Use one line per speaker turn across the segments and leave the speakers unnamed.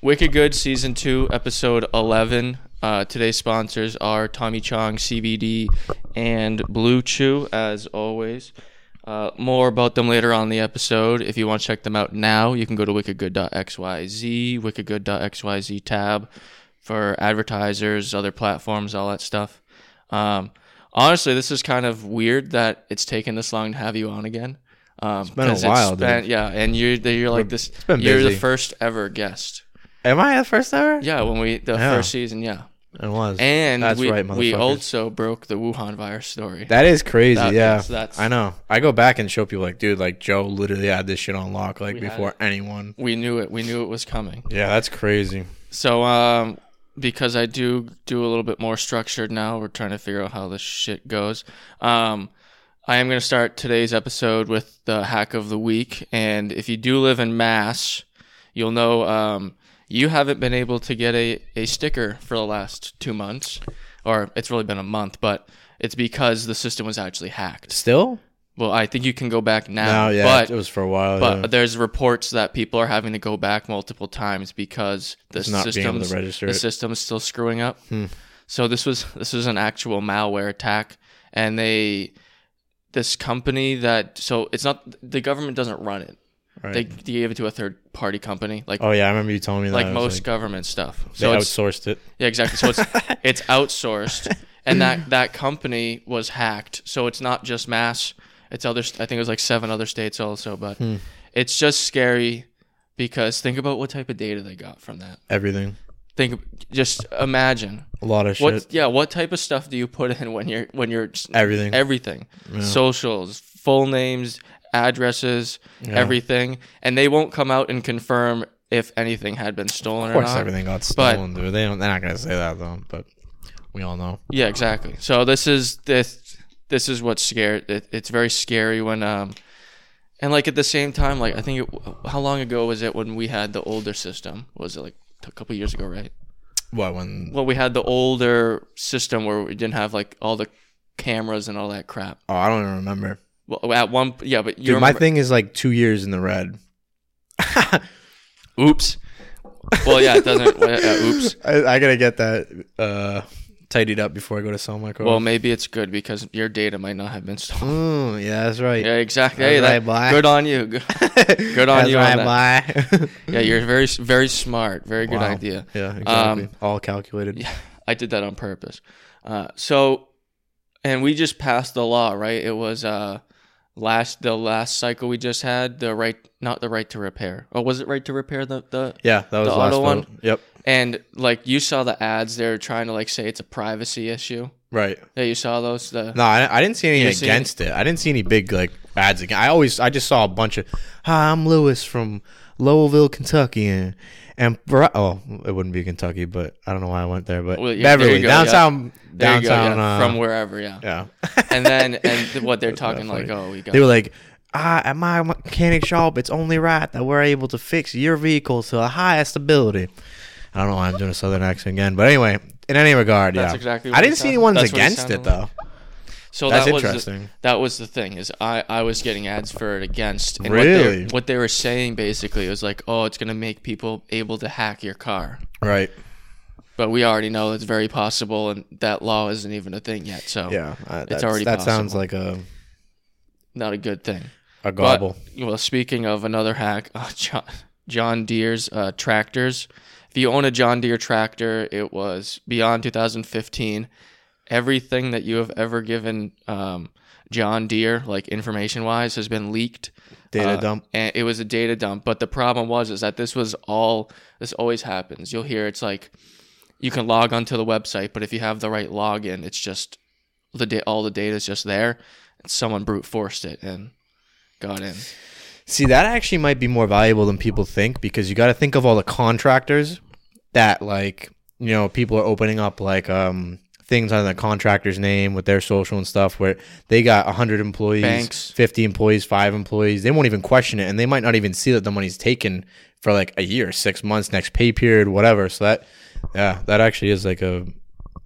Wicked Good Season 2, Episode 11. Uh, today's sponsors are Tommy Chong, CBD, and Blue Chew, as always. Uh, more about them later on in the episode. If you want to check them out now, you can go to wickedgood.xyz, wickedgood.xyz tab for advertisers, other platforms, all that stuff. Um, honestly, this is kind of weird that it's taken this long to have you on again. Um, 'cause it's
been a while, dude.
been- yeah, and you're you're like this.
been
You're the
busy.
first ever guest.
Am I the first ever?
Yeah, when we the
Yeah.
first season, yeah,
It was.
and
That's
we
right,
we
motherfuckers.
also broke the Wuhan virus story.
that is crazy.
That-
yeah.
that's- that's-
I know. I go back and show people like, dude, like Joe literally had this shit on lock like
had
before anyone.
we knew it. We knew it was coming.
Yeah, that's crazy.
So, um, because I do do a little bit more structured now, we're trying to figure out how this shit goes. Um, I am going to start today's episode with the hack of the week. And if you do live in Mass, you'll know um, you haven't been able to get a, a sticker for the last two months, or it's really been a month, but it's because the system was actually hacked.
Still?
Well, I think you can go back now.
No, yeah.
but
it was uh, for a while.
but
yeah.
there's reports that people are having to go back multiple times because the
It's not being able to
system's
register
the
it. Hmm.
system's still screwing up. So this was this was an actual malware attack, and they this company that so it's not the government doesn't run it.
Right.
They, they gave it to a third party company like
oh, yeah. I remember you telling me that.
like
I was
most government stuff.
they
So it's,
outsourced it.
yeah, exactly. So it's it's outsourced, and that that company was hacked. So it's not just Mass; it's other. st- I think it was like seven other states also. But
Hmm.
it's just scary because think about what type of data they got from that.
Everything.
Think, just imagine
A lot of
what.
shit.
Yeah, what type of stuff do you put in when you're when you're s-
Everything.
everything, socials, full names, addresses, everything, and they won't come out and confirm if anything had been stolen
of course,
or not.
everything got
but-
stolen, dude. They don't, they're not going to say that, though, but we all know.
Yeah, exactly. So this is this this is what's scared. It, it's very scary when um and like at the same time, like I think it, how long ago was it when we had the older system? Was it like a couple years ago, right?
What, when.
Well, we had the older system where we didn't have like all the cameras and all that crap.
Oh, I don't even remember.
Well, at one, yeah, but you
Dude, my
remember?
thing is like two years in the red.
oops. Well, yeah, it doesn't. well, yeah, Uh, oops.
I, I gotta get that uh, tidied up before I go to sell my car.
Well, maybe it's good because your data might not have been stolen.
mm, yeah, that's right.
Yeah, exactly.
That's
Hey, that,
right, boy.
good on you. Good, good on
that's
you on that.
right, boy.
Yeah, you're very very smart. Very good
Wow.
idea.
yeah, exactly.
Um,
All calculated.
I did that on purpose. Uh, so, and we just passed the law, right? It was uh, last the last cycle we just had the right, not the right to repair. Or was it right to repair the the?
Yeah, that was
the
the last
auto one?
one. Yep.
And like you saw the ads, they're trying to like say it's a privacy issue.
Right.
Yeah, you saw those. The
No, I, I didn't see
You
anything
didn't see
against it. I didn't see any big like ads again. I always I just saw a bunch of Hi, I'm Lewis from Lowellville, Kentucky and and Bri- oh, it wouldn't be Kentucky, but I don't know why I went there, but
Well, yeah, there
Beverly,
you go, yeah.
downtown
there you go,
downtown
yeah,
uh,
from wherever, yeah.
yeah.
And then and th- what they're talking
not
like, oh, we got
They were like, ah, at my mechanic shop, it's only right that we're able to fix your vehicle to the highest ability. I don't know why I'm doing a southern accent again, but anyway, in any regard,
That's
yeah,
exactly what
I
it
didn't see
sound-
anyone's
that's what it
against
sounded
it though.
So
That's
that was The,
interesting.
that was the thing is I, I was getting ads for it against. And What they,
Really?
were- what they were saying basically was like, oh, it's gonna make people able to hack your car.
Right?
But we already know it's very possible, and that law isn't even a thing yet. So
Yeah, uh, that's-
already
that sounds
possible.
like a
not a good thing.
a
But-
gobble.
well, speaking of another hack, uh, John, John Deere's uh, tractors. If you own a John Deere tractor, it was beyond 2015. Everything that you have ever given um, John Deere, like information wise, has been leaked.
Data
Uh,
dump.
And it was a data dump. But the problem was is that this was all. This always happens. You'll hear it's like you can log onto the website, but if you have the right login, it's just the da- all the data is just there. And someone brute forced it and got in.
See, that actually might be more valuable than people think because you got to think of all the contractors that, like, you know, people are opening up like um things under the contractor's name with their social and stuff where they got 100 employees,
Banks.
50 employees, five employees. They won't even question it and they might not even see that the money's taken for like a year, six months, next pay period, whatever. So that, yeah, that actually is like a.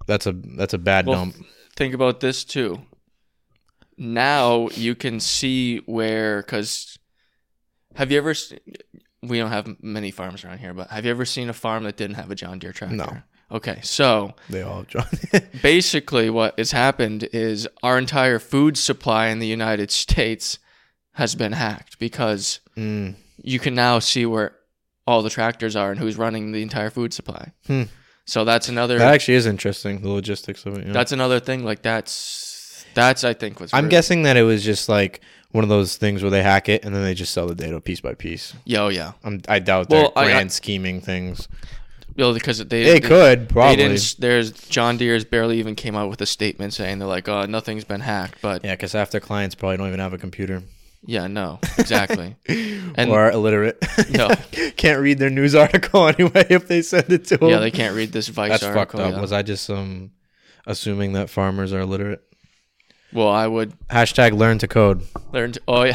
That's a that's a bad
Well,
dump.
think about this too. Now you can see where, because have you ever s- we don't have many farms around here, but have you ever seen a farm that didn't have a John Deere tractor?
No.
Okay, so
They all John.
basically what has happened is our entire food supply in the United States has been hacked because
mm.
you can now see where all the tractors are and who's running the entire food supply.
Hmm.
So that's another
That actually is interesting. The logistics of it. Yeah.
that's another thing like that's that's I think what's
I'm
really-
guessing that it was just like one of those things where they hack it and then they just sell the data piece by piece.
Yeah, oh yeah.
I'm, I doubt
Well, I-
they're grand scheming things.
Well, because they
They
they-
could
They
probably.
didn't. There's John Deere's barely even came out with a statement saying they're like, "Oh, nothing's been hacked." But yeah,
Yeah, because half their clients probably don't even have a computer
no, exactly. And-
and or are illiterate.
No.
can't read their news article anyway if they send it to them.
yeah, they can't read this Vice
That's
article.
fucked up.
yeah.
Was I just um assuming that farmers are illiterate?
well, I would
Hashtag learn to code.
learn. To, oh yeah.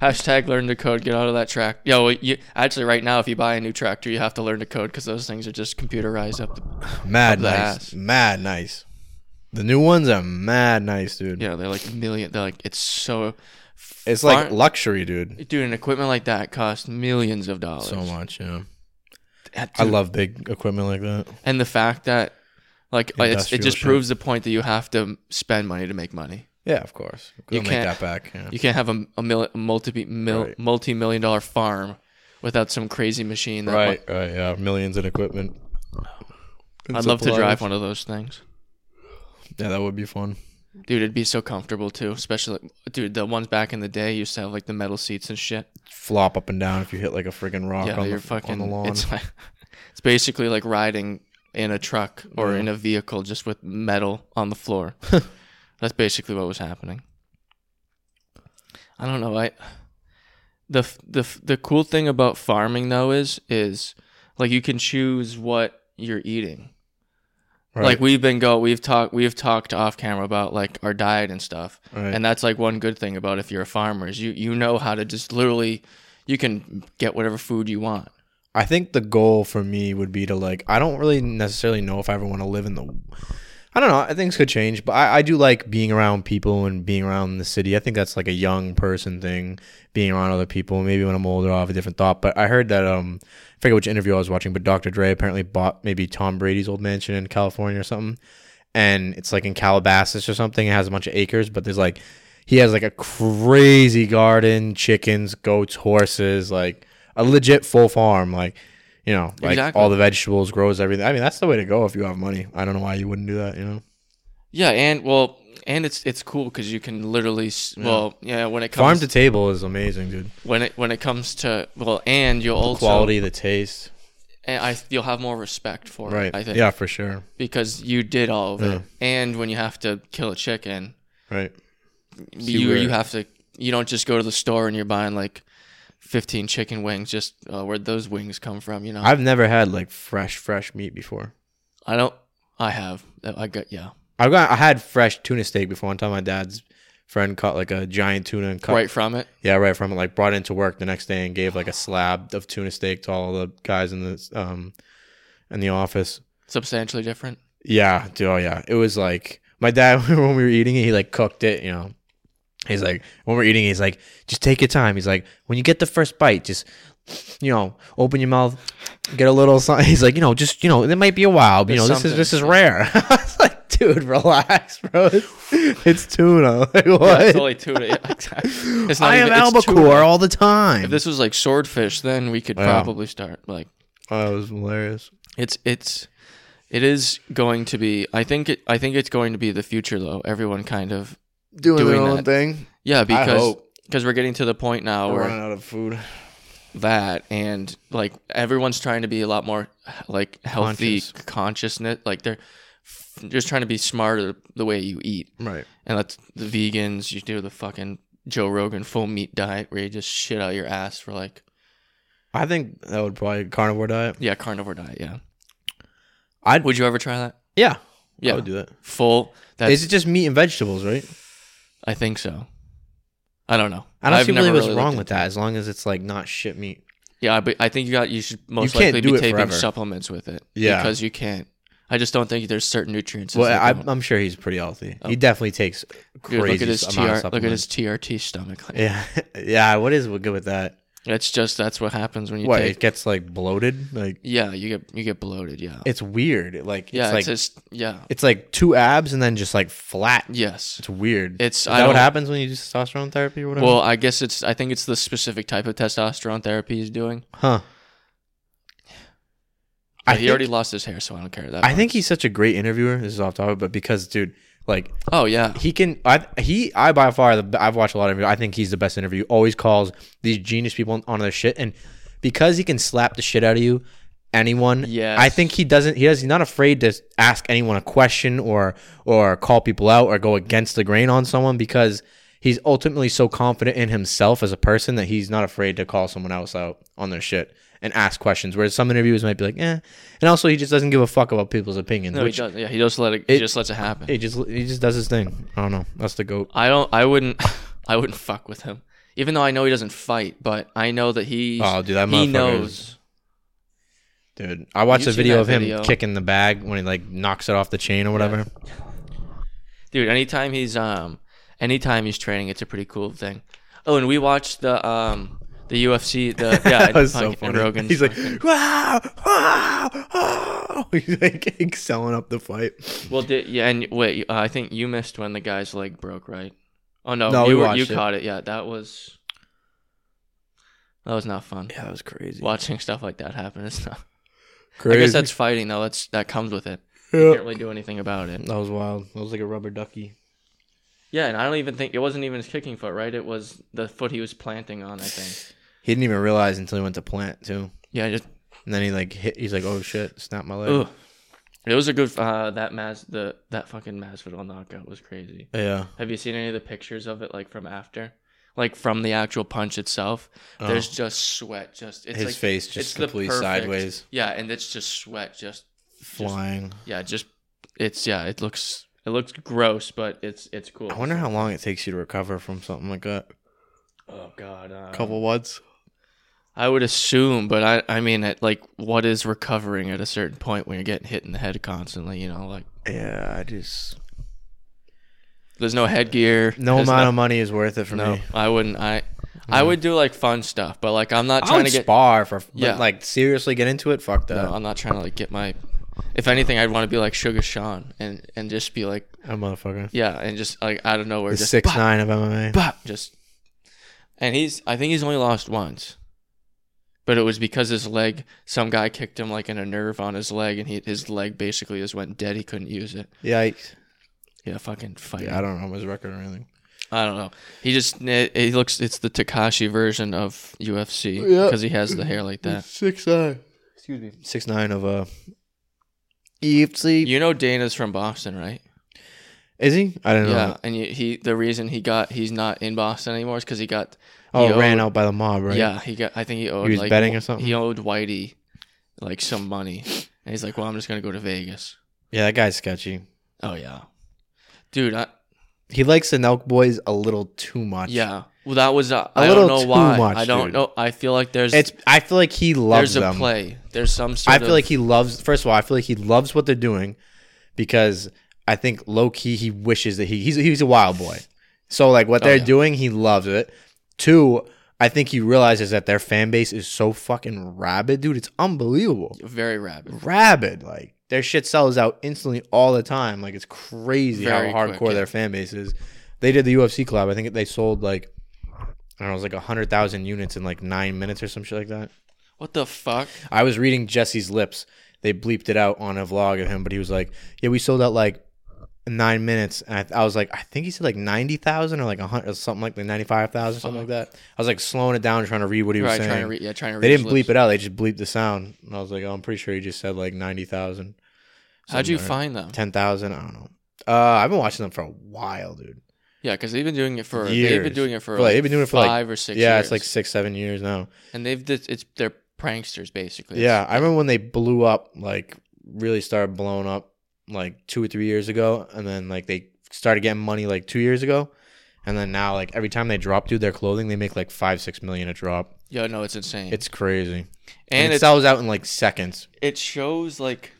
Hashtag learn to code. Get out of that track. Yo, well, you actually right now, if you buy a new tractor, you have to learn to code because those things are just computerized up. The,
Mad
Up the
nice.
ass.
Mad nice. The new ones are mad nice, dude.
yeah, they're like a million. They're like it's so.
It's like
Farm-
luxury, dude.
Dude, an equipment like that costs millions of dollars.
So much, yeah.
That-
I
dude,
love big equipment like that.
and the fact that like it's, it
Industrial
just
shit.
proves the point that you have to spend money to make money.
Yeah, of course. We'll
You
make
can't-
that back. Yeah.
You can't have a, a, mil, a multi mil,
Right.
multi-million dollar farm without some crazy machine. That
Right, right, yeah. Millions in equipment.
I'd love to drive one of those things,
Yeah, that would be fun.
dude. It'd be so comfortable too, especially dude. The ones back in the day used to have like the metal seats and shit.
Flop up and down if you hit like a friggin' rock
yeah,
on,
you're
the,
fucking.
on the lawn.
It's like, it's basically like riding in a truck or
Yeah.
in a vehicle just with metal on the floor. That's basically what was happening. I don't know. I the f- the f- the cool thing about farming though is is like you can choose what you're eating.
Right,
Like we've been go we've talked we've talked off camera about like our diet and stuff.
right.
And that's like one good thing about if you're a farmer is you you know how to just literally you can get whatever food you want.
I think the goal for me would be to like I don't really necessarily know if I ever want to live in the I don't know, I things could change, but I, I do like being around people and being around the city. I think that's like a young person thing, being around other people. Maybe when I'm older I'll have a different thought. But I heard that um I forget which interview I was watching, but Dr. Dre apparently bought maybe Tom Brady's old mansion in California or something. And it's like in Calabasas or something. It has a bunch of acres, but there's like he has like a crazy garden, chickens, goats, horses, like a legit full farm, like you know, like
Exactly.
all the vegetables, grows everything. I mean, that's the way to go if you have money. I don't know why you wouldn't do that, you know.
Yeah, and well, and it's it's cool because you can literally s well yeah when it
Farm
comes
to table is amazing, dude.
when it when it comes to well and you'll also
Quality, the taste,
and I you'll have more respect for
right?
it I think
Yeah, for sure.
because you did all of it
Yeah.
and when you have to kill a chicken
Right.
you
where-
you have to you don't just go to the store and you're buying like 15 chicken wings just uh, where'd those wings come from you know I,
I've never had like fresh, fresh meat before.
don't I have I got yeah
I've got I had fresh tuna steak before. One time, my dad's friend caught like a giant tuna and cut
right from it
Yeah, right from it. Like brought into work the next day and gave like a slab of tuna steak to all the guys in the um in the office.
substantially different
Yeah, dude. Oh yeah, it was like my dad when we were eating it. He like cooked it. You know, he's like when we're eating, it, he's like, just take your time. He's like, when you get the first bite, just you know, open your mouth, get a little something. He's like, you know, just you know, it might be a while, but you know,
There's
this is
something.
this is rare. I was like, dude, relax, bro. It's, it's tuna. Like what?
that's only tuna yeah, exactly. it's
I am
even- it's
albacore
tuna.
all the time.
If this was like swordfish, then we could
Yeah.
probably start. Like
oh, it was hilarious.
it's it's it is going to be. I think it. I think it's going to be the future, though. Everyone kind of
doing,
doing
their own
that.
thing.
yeah, because
hope.
because we're getting to the point now
We're
where
running out of food.
that and like everyone's trying to be a lot more like healthy
Conscious.
consciousness. Like they're f- just trying to be smarter the way you eat,
Right.
and that's the vegans. You do the fucking Joe Rogan full meat diet where you just shit out your ass for like
I think that would probably carnivore diet.
yeah carnivore diet. Yeah,
I'd
would you ever try that?
yeah.
Yeah,
I would do that. Is
full. That's
it just meat and vegetables, right?
I think so. I don't know.
I don't
I've
see really
never
what's
really
wrong
looked
with that, as long as it's like not shit meat.
into- Yeah, but I think you got you should most
can't
likely
do
be
it
taking
forever.
supplements with it.
Yeah.
because you can't. I just don't think there's certain nutrients.
Well,
that
I,
don't-
I'm sure he's pretty healthy. He definitely takes
Oh. Dude,
crazy
look at his
amount of
TR, look at his
supplements.
TRT stomach. Like,
Yeah, yeah. What is good with that?
It's just that's what happens when you
What
take.
it gets like bloated? Like
Yeah, you get you get bloated. Yeah,
it's weird. It, like
yeah.
it's
It's,
like it's,
just yeah.
like two abs and then just like flat.
Yes.
It's weird.
It's-
Is
I
that what
don't-
happens when you do testosterone therapy or whatever?
Well, I guess it's. I think it's the specific type of testosterone therapy he's doing.
huh.
But
I
he
think-
already lost his hair, so I don't care that.
I think he's such a great interviewer. This is off topic, but because dude, like
Oh yeah.
he can, I he I by far the I've watched a lot of. interviews. I think he's the best interview. Always calls these genius people on their shit, and because he can slap the shit out of you, anyone.
Yes.
I think he doesn't. He does. He's not afraid to ask anyone a question or or call people out or go against the grain on someone because he's ultimately so confident in himself as a person that he's not afraid to call someone else out on their shit. And ask questions, whereas some interviewers might be like, "eh," and also he just doesn't give a fuck about people's opinions.
No,
which
he does. Yeah, he just let it. he just lets it happen.
he just he just does his thing. I don't know. That's the goat.
I don't. I wouldn't. I wouldn't fuck with him. Even though I know he doesn't fight, but I know that he's.
Oh, dude, that
he
motherfucker
knows.
Dude, I watched
You
a
seen
video
that
of him
video.
kicking the bag when he like knocks it off the chain or whatever.
dude anytime he's um anytime he's training it's a pretty cool thing oh and we watched the um the ufc the yeah
that was
and-
so
and
funny.
Rogan's
He's like,
fucking-
wow, wow, wow. He's like selling up the fight.
well did, yeah and wait uh, i think you missed when the guy's leg broke right oh no,
No,
you,
we
were, you
watched it.
caught it yeah that was that was not fun
Yeah, that was crazy.
watching stuff like that happen it's not
Crazy. Uh,
i guess that's fighting though that's that comes with it
Yeah.
can't really do anything about it
That was wild. That was like a rubber ducky.
yeah and i don't even think it wasn't even his kicking foot right it was the foot he was planting on i think
He didn't even realize until he went to plant too,
yeah just
and then he like hit. He's like, oh shit, snap my leg.
Ugh. It was a good uh, that Mas the that fucking Masvidal knockout was crazy.
Yeah.
Have you seen any of the pictures of it like from after? Like from the actual punch itself. There's just sweat just it's
Oh. His
like,
face just
it's the
completely
perfect-
sideways.
Yeah, and it's just sweat just
Flying.
yeah, just it's yeah, it looks it looks gross, but it's it's cool.
I wonder how long it takes you to recover from something like that.
Oh god. Uh,
Couple once.
I would assume, but I I mean at like what is recovering at a certain point when you're getting hit in the head constantly, you know, like
Yeah, I just
there's no headgear.
no
there's
amount
no-
of money is worth it for
No,
me.
I wouldn't. I I would do like fun stuff, but like I'm not
I
trying
would
to get.
spar for but,
Yeah.
like seriously get into it. Fuck
no,
that.
I'm not trying to like get my. If anything, I'd want to be like Sugar Sean and and just be like
That motherfucker.
yeah, and just like out of nowhere,
He's
just
six
bop,
nine of MMA.
bop, just. And he's I think he's only lost once, but it was because his leg. Some guy kicked him like in a nerve on his leg, and he his leg basically just went dead. He couldn't use it.
Yikes.
Yeah, fucking fight.
Yeah, I don't know his record or anything.
I don't know. He just it, it looks it's the Takashi version of UFC
Yeah.
because he has the hair like that.
Six nine. Excuse me. Six nine of uh. E UFC.
You know Dana's from Boston, right?
Is he? I don't know.
Yeah, and you, he the reason he got he's not in Boston anymore is because he got
Oh,
he
ran
owed-
out by the mob, right?
Yeah, he got. I think he owed
was
like
betting or something?
He owed Whitey like some money, and he's like, "Well, I'm just gonna go to Vegas."
Yeah, that guy's sketchy.
Oh yeah, dude. I,
He likes the Nelk boys a little too much.
yeah. Well, that was uh, I
little
don't know
too
why.
much,
I don't
dude.
know. I feel like there's
It's. I feel like he loves
there's a
them.
play. There's some. Sort
I feel
of-
like he loves. First of all, I feel like he loves what they're doing because I think low key he wishes that he he's he's a wild boy. So like what they're
Oh, yeah.
doing, he loves it. Two, I think he realizes that their fan base is so fucking rabid, dude. It's unbelievable,
very rabid.
rabid. Like their shit sells out instantly all the time. Like it's crazy
Very
how
quick,
hardcore
yeah.
their fan base is. They did the UFC club. I think they sold like I don't know, it was like hundred thousand units in like nine minutes or some shit like that.
What the fuck?
I was reading Jesse's lips. They bleeped it out on a vlog of him, but he was like, "Yeah, we sold out like nine minutes." And I, I was like, "I think he said like ninety thousand or like a hundred, something like the ninety-five thousand, something like that." I was like slowing it down, trying to read what he was
Right,
saying.
trying to read. Yeah, trying to.
they
read
didn't
his lips.
bleep it out; they just bleeped the sound. And I was like, "Oh, I'm pretty sure he just said like ninety thousand,
How'd you
somewhere.
find them?
ten thousand. I don't know. Uh, I've been watching them for a while, dude.
Yeah, because they've been doing it for they've
Years.
been doing it for
For, like, they've been doing it for, like-
five or six.
yeah,
years.
it's like six, seven years now.
and they've this, it's they're pranksters basically.
Yeah, I remember when they blew up, like really started blowing up like two or three years ago, and then like they started getting money like two years ago, and then now like every time they drop dude their clothing, they make like five six million a drop.
yeah, no, it's insane.
It's crazy, and,
and
it
it's,
sells out in like seconds.
it shows like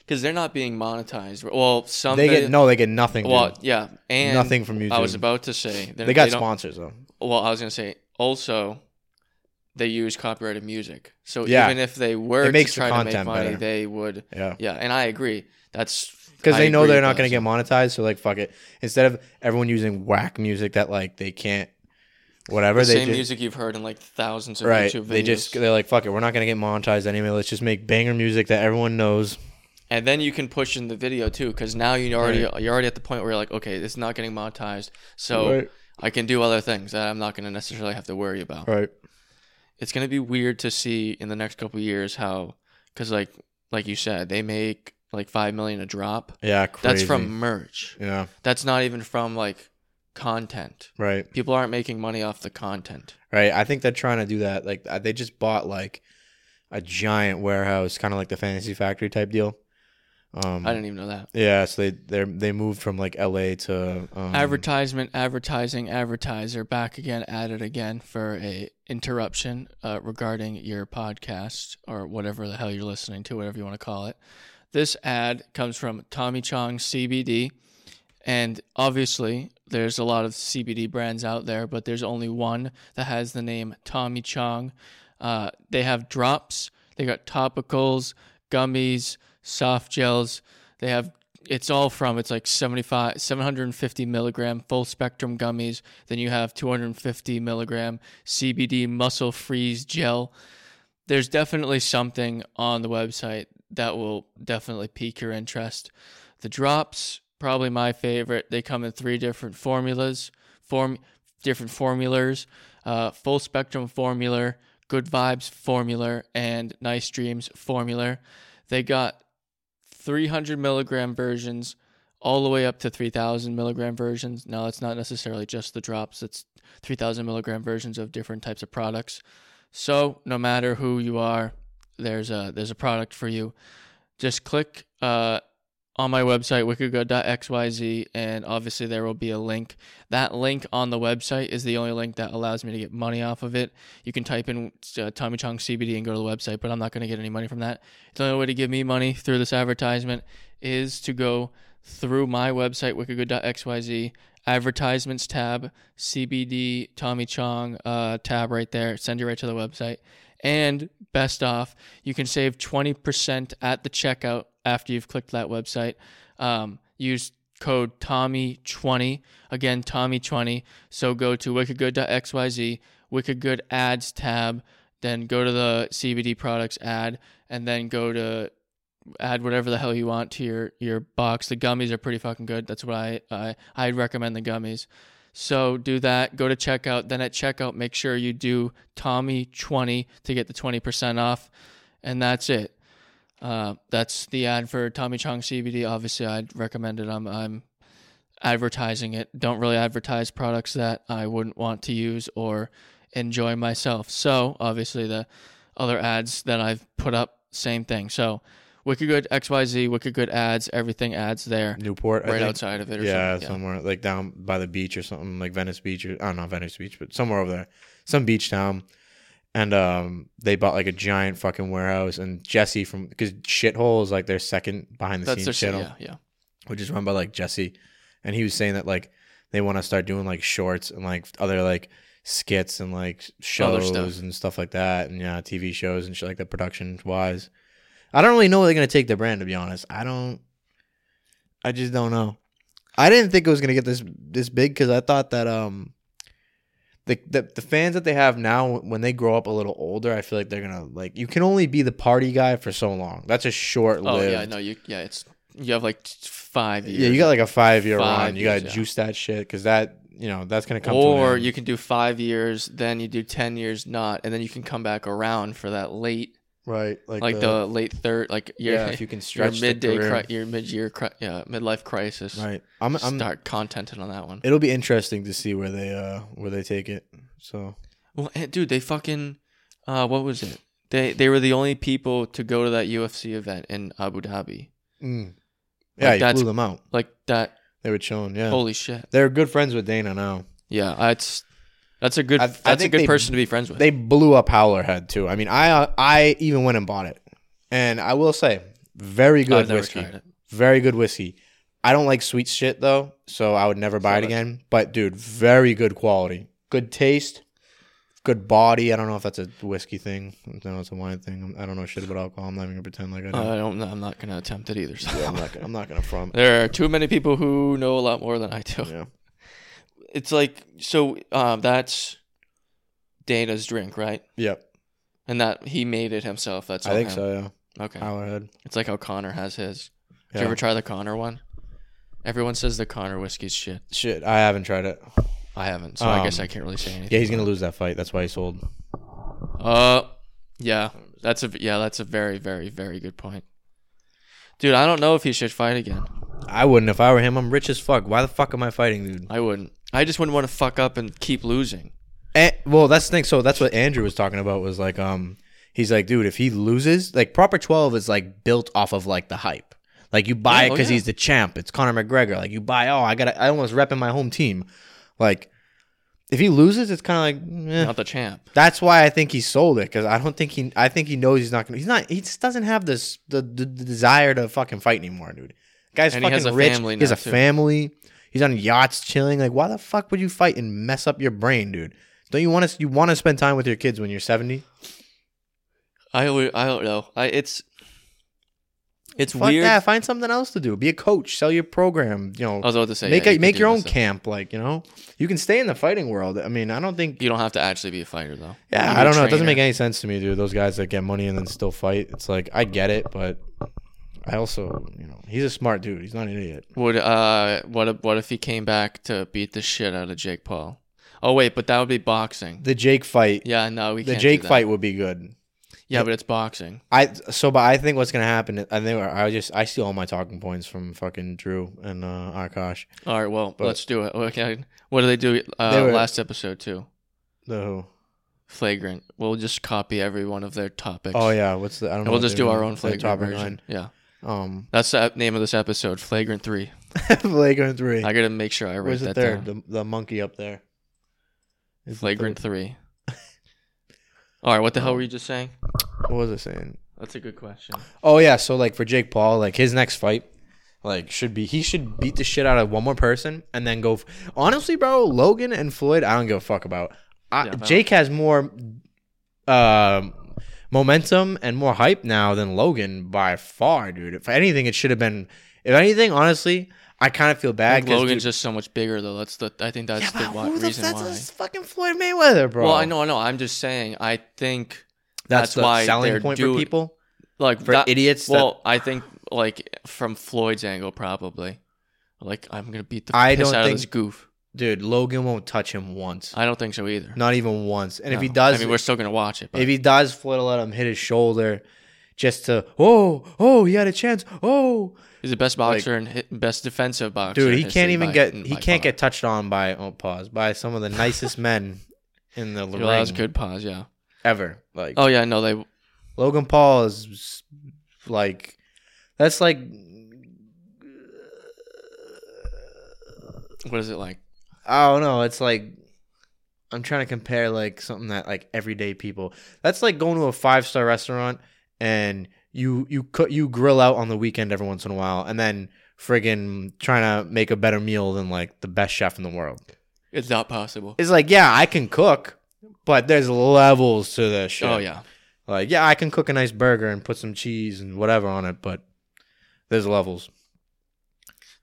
because they're not being monetized. Well, some
they get no, they get nothing. dude.
Well, yeah, and
nothing from YouTube.
I was about to say
they got
sponsors.
sponsors though.
Well, I was gonna say also they use copyrighted music. So
Yeah.
even if they were
It makes
to
the
try to make
content
money,
better.
they would.
Yeah.
Yeah, and I agree. That's
Because
I
they know
agree
they're
with
not going
us.
to get monetized, so like fuck it. Instead of everyone using whack music that like they can't, whatever
the
they
same
just,
music you've heard in like thousands of
right?
YouTube videos.
They just they're like fuck it. We're not going to get monetized anyway. Let's just make banger music that everyone knows.
and then you can push in the video too, because now you already you're already at the point where you're like, okay, it's not getting monetized, so
Right.
I can do other things that I'm not going to necessarily have to worry about.
Right.
It's going to be weird to see in the next couple of years how, because like like you said, they make like five million a drop.
Yeah.
That's
Crazy.
from merch.
yeah.
That's not even from like content.
Right.
People aren't making money off the content.
Right. I think they're trying to do that. Like uh, they just bought like a giant warehouse, kind of like the Fantasy Factory type deal. Um,
I didn't even know that.
Yeah, so they they they moved from like L.A. to um,
Advertisement, advertising, advertiser, back again at it again for a interruption uh, regarding your podcast or whatever the hell you're listening to, whatever you want to call it. This ad comes from Tommy Chong CBD, and obviously there's a lot of CBD brands out there, but there's only one that has the name Tommy Chong. Uh, they have drops, they got topicals, gummies, soft gels. They have it's all from it's like 75 750 milligram full spectrum gummies then you have 250 milligram cbd muscle freeze gel there's definitely something on the website that will definitely pique your interest the drops probably my favorite they come in three different formulas form different formulas uh, full spectrum formula good vibes formula and nice dreams formula they got 300 milligram versions all the way up to 3000 milligram versions now it's not necessarily just the drops it's 3000 milligram versions of different types of products so no matter who you are there's a there's a product for you just click uh, on my website wikigo.xyz and obviously there will be a link that link on the website is the only link that allows me to get money off of it you can type in uh, tommy chong cbd and go to the website but i'm not going to get any money from that the only way to give me money through this advertisement is to go through my website wikigood.xyz advertisements tab cbd tommy chong uh, tab right there send you right to the website and best off you can save 20% at the checkout after you've clicked that website um, use code tommy20 again tommy20 so go to wikigood.xyz wikigood ads tab then go to the CBD products ad, and then go to add whatever the hell you want to your your box. The gummies are pretty fucking good. That's what I I I'd recommend the gummies. So do that. Go to checkout. Then at checkout, make sure you do Tommy twenty to get the twenty percent off, and that's it. Uh, that's the ad for Tommy Chong CBD. Obviously, I'd recommend it. I'm I'm advertising it. Don't really advertise products that I wouldn't want to use or enjoy myself. So obviously the other ads that I've put up, same thing. So Wikigood XYZ, Wikigood ads, everything ads there.
Newport, I
Right
think.
outside of it or
yeah,
something. Yeah.
somewhere like down by the beach or something, like Venice Beach or I don't know Venice Beach, but somewhere over there, some beach town. And um, they bought like a giant fucking warehouse. And Jesse from because Shithole is like their second behind the
That's their
scenes channel,
yeah, yeah.
which is run by like Jesse. And he was saying that like they want to start doing like shorts and like other like skits and like
Other
shows
stuff.
and stuff like that. And yeah, TV shows and shit like that production wise. I don't really know where they're gonna take the brand to be honest. I don't. I just don't know. I didn't think it was gonna get this this big because I thought that um. The, the, the fans that they have now when they grow up a little older i feel like they're gonna like you can only be the party guy for so long that's a short
Oh
lived
yeah, no, you yeah, it's you have like t- five years.
yeah, you got like a five year
Five
run. You got
years,
to
yeah.
juice that shit because that you know that's gonna come. to
or
an end.
you can do five years, then you do ten years not, and then you can come back around for that late,
right like,
like the, late third, like your
yeah, if you can
your
stretch
midday,
the career.
cri- your mid year, cri- yeah, midlife crisis.
right. I'm, I'm
Start contenting on that one.
It'll be interesting to see where they uh where they take it. So
Well, eh, dude, they fucking uh, what was it? They they were the only people to go to that UFC event in Abu Dhabi.
Mm. yeah, you
that's-
blew them out.
Like that.
They were chilling. Yeah,
Holy shit.
they're good friends with Dana now.
Yeah, that's that's a good
I- I
that's a
think
good
they-
person to be friends with.
They blew up Howler Head too. I mean, I uh, I even went and bought it, and I will say, very good
I've never
whiskey.
tried it.
Very good whiskey. I don't like sweet shit though, so I would never buy it
Love it.
again. But dude, very good quality, good taste, good body. I don't know if that's a whiskey thing. No, it's a wine thing. I'm- I don't know shit about alcohol. I'm not even gonna pretend like I do.
I don't. I'm not gonna attempt it either. So.
yeah, I'm not. Gonna, I'm not gonna front.
There are too many people who know a lot more than I do.
Yeah.
It's like so. Um, that's Dana's drink, right?
Yep.
And that he made it himself. That's
I
all
think
him.
so. Yeah.
Okay,
Hour head.
it's like how Connor has his. Did
Yeah.
you ever try the Connor one? Everyone says the Connor whiskey's shit.
Shit, I haven't tried it.
I haven't, so I guess
Um,
I can't really say anything.
Yeah, he's gonna lose that fight. That's why he sold.
Uh, yeah, that's a yeah, that's a very very very good point, dude. I don't know if he should fight again.
I wouldn't if I were him. I'm rich as fuck. Why the fuck am I fighting, dude?
I wouldn't. I just wouldn't want to fuck up and keep losing.
And, well, that's the thing. So that's what Andrew was talking about. Was like, um, he's like, dude, if he loses, like, proper twelve is like built off of like the hype. Like you buy
Yeah,
it
oh,
because
yeah.
he's the champ. It's Conor McGregor. Like you buy, oh, I got, I almost repping my home team. Like, if he loses, it's kind of like, eh.
Not the champ.
That's why I think he sold it because I don't think he. I think he knows he's not gonna. He's not. He just doesn't have this the, the, the desire to fucking fight anymore, dude. Guy's
And he
fucking
has a
rich.
family
he has
now,
a
too.
family. He's on yachts chilling. Like, why the fuck would you fight and mess up your brain, dude? Don't you want to? You want to spend time with your kids when you're seventy?
I alwa- I don't know. I it's it's
Fuck
weird.
that. Find something else to do. Be a coach. Sell your program. You know,
I was about to say
make
yeah, you
a,
could
make
do
your own
this stuff.
camp. Like, you know, you can stay in the fighting world. I mean, I don't think.
You don't have to actually be a fighter though. You
Yeah,
can
I
be a
don't know. It doesn't make
trainer.
any sense to me, dude. Those guys that get money and then still fight. It's like I get it, but I also, you know, he's a smart dude. He's not an idiot.
Would uh what if, what if he came back to beat the shit out of Jake Paul? Oh wait, but that would be boxing.
The Jake fight,
Yeah, no, we
the
can't do
Jake
that.
fight would be good.
Yeah, but it's boxing.
I so, but I think what's gonna happen. I think I just I steal all my talking points from fucking Drew and uh, Akash.
All right, well,
But-
let's do it. Okay, what do they do uh,
They were-
last episode too?
The who?
Flagrant. We'll just copy every one of their topics.
Oh yeah, what's the? I don't
and
know.
we'll
what
just
they're
do our
doing.
own
The
flagrant
top of
version. Yeah,
Um,
that's the name of this episode, Flagrant Three.
flagrant three.
I gotta make sure I write
Where's
that
it there?
down.
The, the monkey up there. Is it Um,
Flagrant three. All right, what the hell were you just saying?
the- What was I saying?
That's a good question.
Oh yeah, so like for Jake Paul, like his next fight, like should be he should beat the shit out of one more person and then go. F- Honestly, bro, Logan and Floyd, I don't give a fuck about. I,
Yeah, I don't-
Jake has more um momentum and more hype now than Logan by far, dude. If anything, it should have been. If anything, honestly, I kind of feel
I
bad.
think
'cause,
Logan's
dude-
just so much bigger though. That's the I think that's
yeah,
the
but
why,
who the,
reason
that's
why.
that's fucking Floyd Mayweather, bro.
Well, I know, I know. I'm just saying. I think that's
that's, the
why
selling
they're
point
doing-
for people
like
for
that-
idiots. that-
Well, I think like from Floyd's angle, probably. Like I'm gonna beat the
I
piss
don't
out
think-
of this goof.
dude, Logan won't touch him once.
I don't think so either.
Not even once. And if he
No.
does,
I mean, we're still gonna watch it. But
if he does, Floyd will let him hit his shoulder just to, oh, oh, he had a chance. Oh,
he's the best boxer and hit, best defensive boxer.
dude,
in
he
history
can't even
by-
get
by
he can't
far.
get touched on by oh pause by some of the nicest men in the
Well, that was
ring
good pause. Yeah.
ever. Like
Oh yeah, no, they
Logan Paul is s- like that's like
what is it like?
I don't know. Oh, It's like I'm trying to compare like something that like everyday people. That's like going to a five star restaurant and you you cook you grill out on the weekend every once in a while, and then friggin' trying to make a better meal than like the best chef in the world.
It's not possible.
It's like yeah, I can cook, but there's levels to this shit.
Oh yeah,
like yeah, I can cook a nice burger and put some cheese and whatever on it, but there's levels.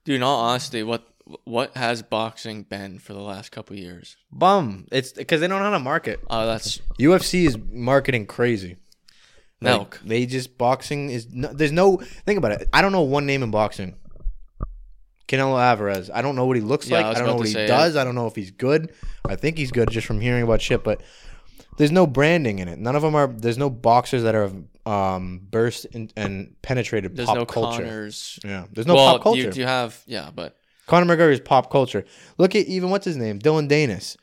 dude. In all honesty, what what has boxing been for the last couple years?
Bum, it's because they don't know how to market.
Oh, that's
UFC is marketing crazy. Like,
milk.
They just boxing is no, there's no think about it. I don't know one name in boxing. Canelo Alvarez. I don't know what he looks
Yeah, I
like. I,
was
don't know
about
what
to
he
say,
does. I don't know if he's good. I think he's good just from hearing about shit, but there's no branding in it. None of them are. There's no boxers that are um, burst in, and penetrated
There's
pop
no
culture.
Connors.
Yeah, there's no
well,
pop culture.
You, you have yeah, but
Conor McGregor is pop culture. Look at even what's his name, Dylan Danis.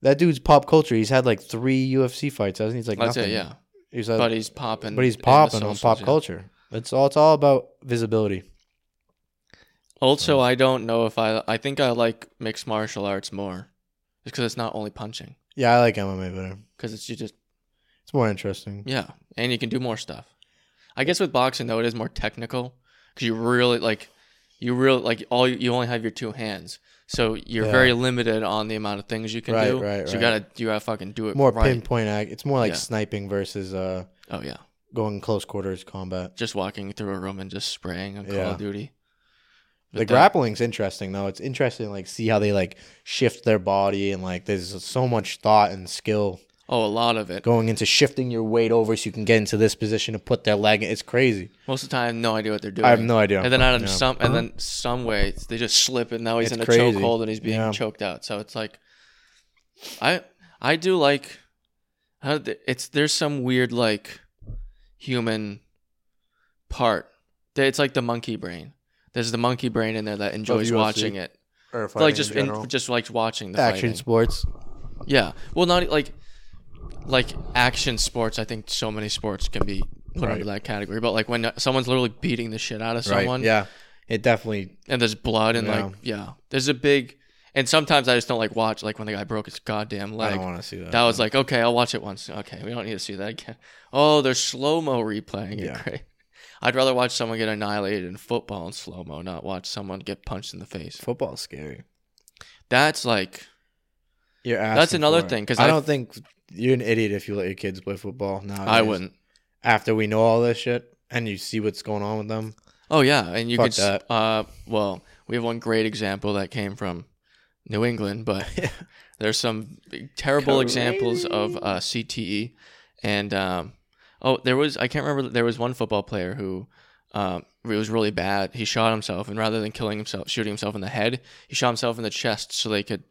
That dude's pop culture. He's had like three UFC fights, hasn't he? He's like
that's
nothing.
it. Yeah,
He's had-
but he's popping.
but he's
in the
popping on
socials,
pop
yeah.
culture. It's all it's all about visibility.
Also, I don't know if I. I think I like mixed martial arts more, because it's not only punching.
Yeah, I like MMA better.
Because it's you just
It's more interesting.
yeah, and you can do more stuff. I guess with boxing though, it is more technical because you really like you really like all you only have your two hands. So you're
Yeah.
very limited on the amount of things you can
Right,
do.
right,
so you
right.
gotta you gotta fucking do it
More
right.
pinpoint act. It's more like
Yeah.
sniping versus uh,
Oh yeah,
going close quarters combat.
just walking through a room and just spraying on Call
Yeah.
of Duty. But
the
that-
grappling's interesting though. It's interesting like see how they like shift their body and like there's so much thought and skill
Oh, a lot of it.
going into shifting your weight over so you can get into this position to put their leg. in. It's crazy.
Most of the time, I have no idea what they're doing.
I have no idea.
And then out of
Yeah. Uh-huh.
some, and then some way they just slip, and now he's
It's
in a
crazy.
chokehold and he's being
Yeah.
choked out. So it's like, I I do like, how did they- it's there's some weird like human part. They- It's like the monkey brain. There's the monkey brain in there
Oh,
that enjoys
UFC.
watching it,
or
like just in, just like watching the
action
fighting.
sports.
Yeah. Well, not e, like like action sports. I think so many sports can be put
Right.
under that category. But like when someone's literally beating the shit out of someone,
Right. Yeah. It definitely
and there's blood and
Yeah.
like yeah, there's a big. And sometimes I just don't like watch like when the guy broke his goddamn
I
leg.
don't want to see that.
That was like okay, I'll watch it once. Okay, we don't need to see that again. Oh, there's slow mo replaying it.
Yeah.
Great. I'd rather watch someone get annihilated in football in slow mo, not watch someone get punched in the face.
football's scary.
That's like
You're
That's
asking
another
for it.
thing, 'cause
I
I-
don't think you're an idiot if you let your kids play football now.
I wouldn't.
After we know all this shit and you see what's going on with them.
Oh yeah, and you
Fuck
could. s-
that.
Uh, well, we have one great example that came from New England, but there's some terrible examples of uh, CTE, and um, oh, there was I can't remember. There was one football player who. Um, it was really bad. He shot himself, and rather than killing himself, shooting himself in the head, he shot himself in the chest so they could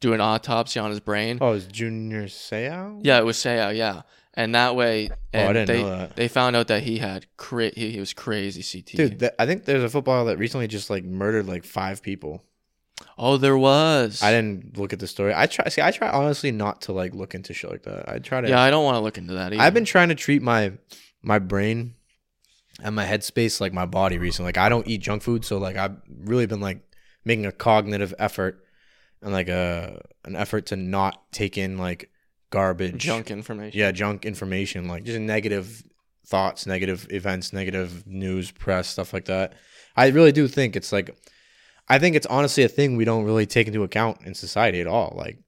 do an autopsy on his brain.
Oh, is Junior Seau?
Yeah, it was Seiya, yeah, and that way,
Oh, I
and
didn't
they
know that.
they found out that he had cra- he, he was crazy E. CTE.
Dude, th- I think there's a footballer that recently just like murdered like five people.
oh, there was.
I didn't look at the story. I try see I try honestly not to like look into shit like that. I try to
Yeah, I don't want to look into that either.
I've been trying to treat my my brain and my headspace like my body recently. Like I don't eat junk food, so like I've really been like making a cognitive effort and like a an effort to not take in like garbage,
junk information.
yeah, junk information, like just negative thoughts, negative events, negative news, press, stuff like that. I really do think it's like I think it's honestly a thing we don't really take into account in society at all. Like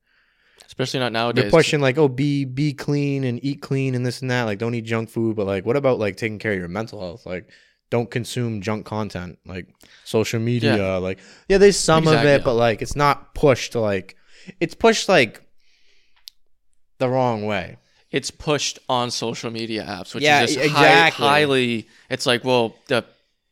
Especially not
they're
nowadays.
pushing like, oh, be be clean and eat clean and this and that. Like, don't eat junk food. But like, what about like taking care of your mental health? Like, don't consume junk content like social media. Like, yeah, there's some
Exactly,
of
yeah.
it, but like, it's not pushed like it's pushed like the wrong way.
It's pushed on social media apps, which
Yeah,
is just
e-
high-
exactly.
highly. It's like, well, the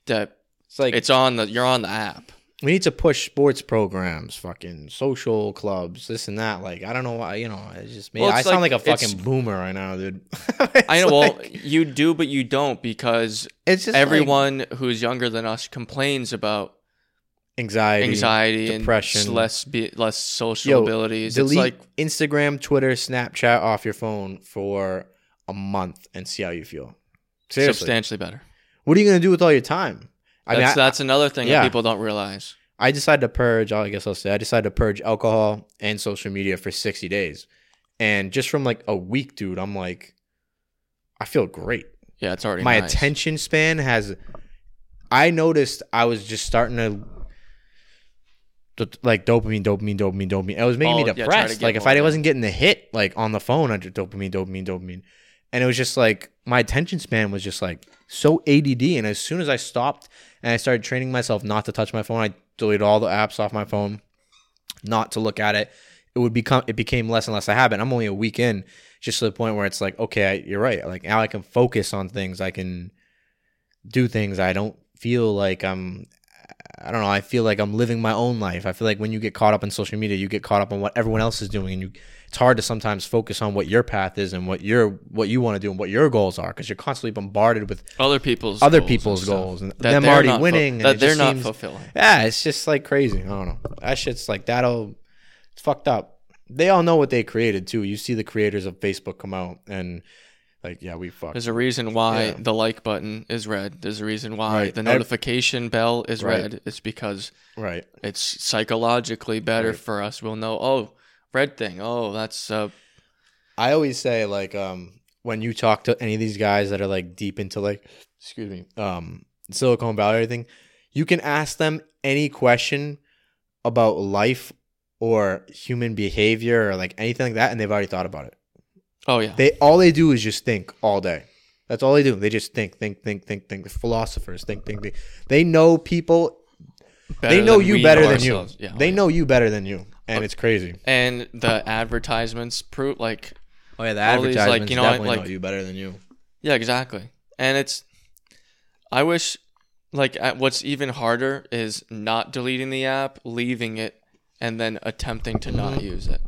the
It's like
it's on the you're on the app.
we need to push sports programs, fucking social clubs, this and that. Like, I don't know why. You know, it's just me.
Well,
I
it's
sound
like-
like a
it's-
fucking boomer right now, dude.
I know.
It's
well,
like-
you do, but you don't because
it's just like,
everyone who's younger than us complains about
anxiety,
anxiety and
depression.
less be, less social
Yo,
abilities. It's
delete
like
Instagram, Twitter, Snapchat off your phone for a month and see how you feel. Seriously,
substantially better.
what are you gonna do with all your time? I
that's,
mean, I,
that's another thing
yeah.
that people don't realize.
I decided to purge. I guess I'll say I decided to purge alcohol and social media for sixty days, and just from like a week, dude, I'm like, I feel great.
Yeah, it's already
my
nice.
attention span has i noticed i was just starting to d- like dopamine dopamine dopamine dopamine it was making
Oh,
me
yeah, try to
depressed
get
like if
more,
i
yeah.
wasn't getting the hit like on the phone under dopamine dopamine dopamine and it was just like my attention span was just like so add and as soon as i stopped and i started training myself not to touch my phone i deleted all the apps off my phone not to look at it it would become it became less and less a habit i'm only a week in just to the point where it's like okay I, you're right like now i can focus on things i can do things i don't feel like i'm i don't know i feel like i'm living my own life i feel like when you get caught up in social media you get caught up on what everyone else is doing and you it's hard to sometimes focus on what your path is and what your what you want to do and what your goals are because you're constantly bombarded with
other people's
other
goals and
people's
stuff.
goals and
That
them
they're
already
not fu-
winning and
that
it
they're
just
not
seems-
fulfilling.
yeah, it's just like crazy. I don't know. That shit's like that'll it's fucked up. They all know what they created too. You see the creators of Facebook come out and like, yeah, we fucked.
There's a reason why
Yeah.
the like button is red. There's a reason why
Right.
the
Ev-
notification bell is
Right.
red. It's because
Right.
it's psychologically better
Right.
for us. We'll know, oh, red thing. Oh, that's uh
I always say like um when you talk to any of these guys that are like deep into like excuse me um Silicon Valley or anything, you can ask them any question about life or human behavior or like anything like that, and they've already thought about it.
Oh yeah.
They all they do is just think all day. That's all they do. They just think, think, think, think, think. Philosophers think, think, think. They know people. they
Better
know
than
you
we
better than
ourselves.
you.
Yeah.
they know you better than you, and it's crazy.
and the advertisements prove like
Oh yeah, the
All these, like,
advertisements
you know,
definitely
like-
know you better than you.
Yeah, exactly. And it's, I wish, like, uh, what's even harder is not deleting the app, leaving it, and then attempting to
Mm-hmm.
not use it.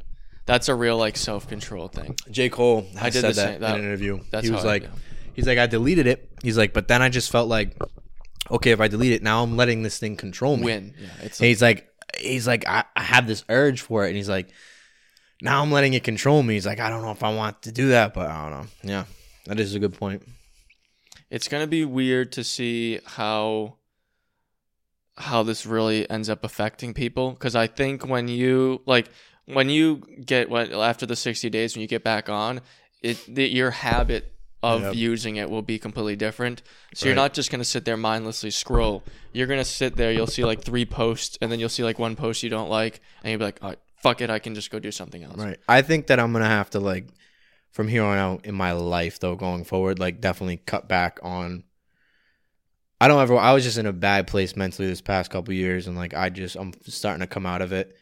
That's a real, like, self control thing.
J. Cole I
did
did
the
said
same-
that,
that-
in an interview.
that's
he
how
was
I
like,
feel.
he's like, I deleted it. He's like, but then I just felt like, okay, if I delete it now, I'm letting this thing control me.
Win. Yeah, it's like,
And he's like, he's like, I, I have this urge for it, and he's like, now I'm letting it control me. He's like, I don't know if I want to do that, but I don't know. Yeah, that is a good point.
it's gonna be weird to see how how this really ends up affecting people because I think when you like when you get what after the 60 days when you get back on it the, your habit of
Yep.
using it will be completely different so you're
Right.
not just going to sit there mindlessly scroll you're going to sit there you'll see like three posts and then you'll see like one post you don't like and you'll be like "All right, fuck it I can just go do something else
Right. I think that I'm gonna have to like, from here on out in my life though, going forward, like definitely cut back on. I don't ever. I was just in a bad place mentally this past couple years, and like I just I'm starting to come out of it,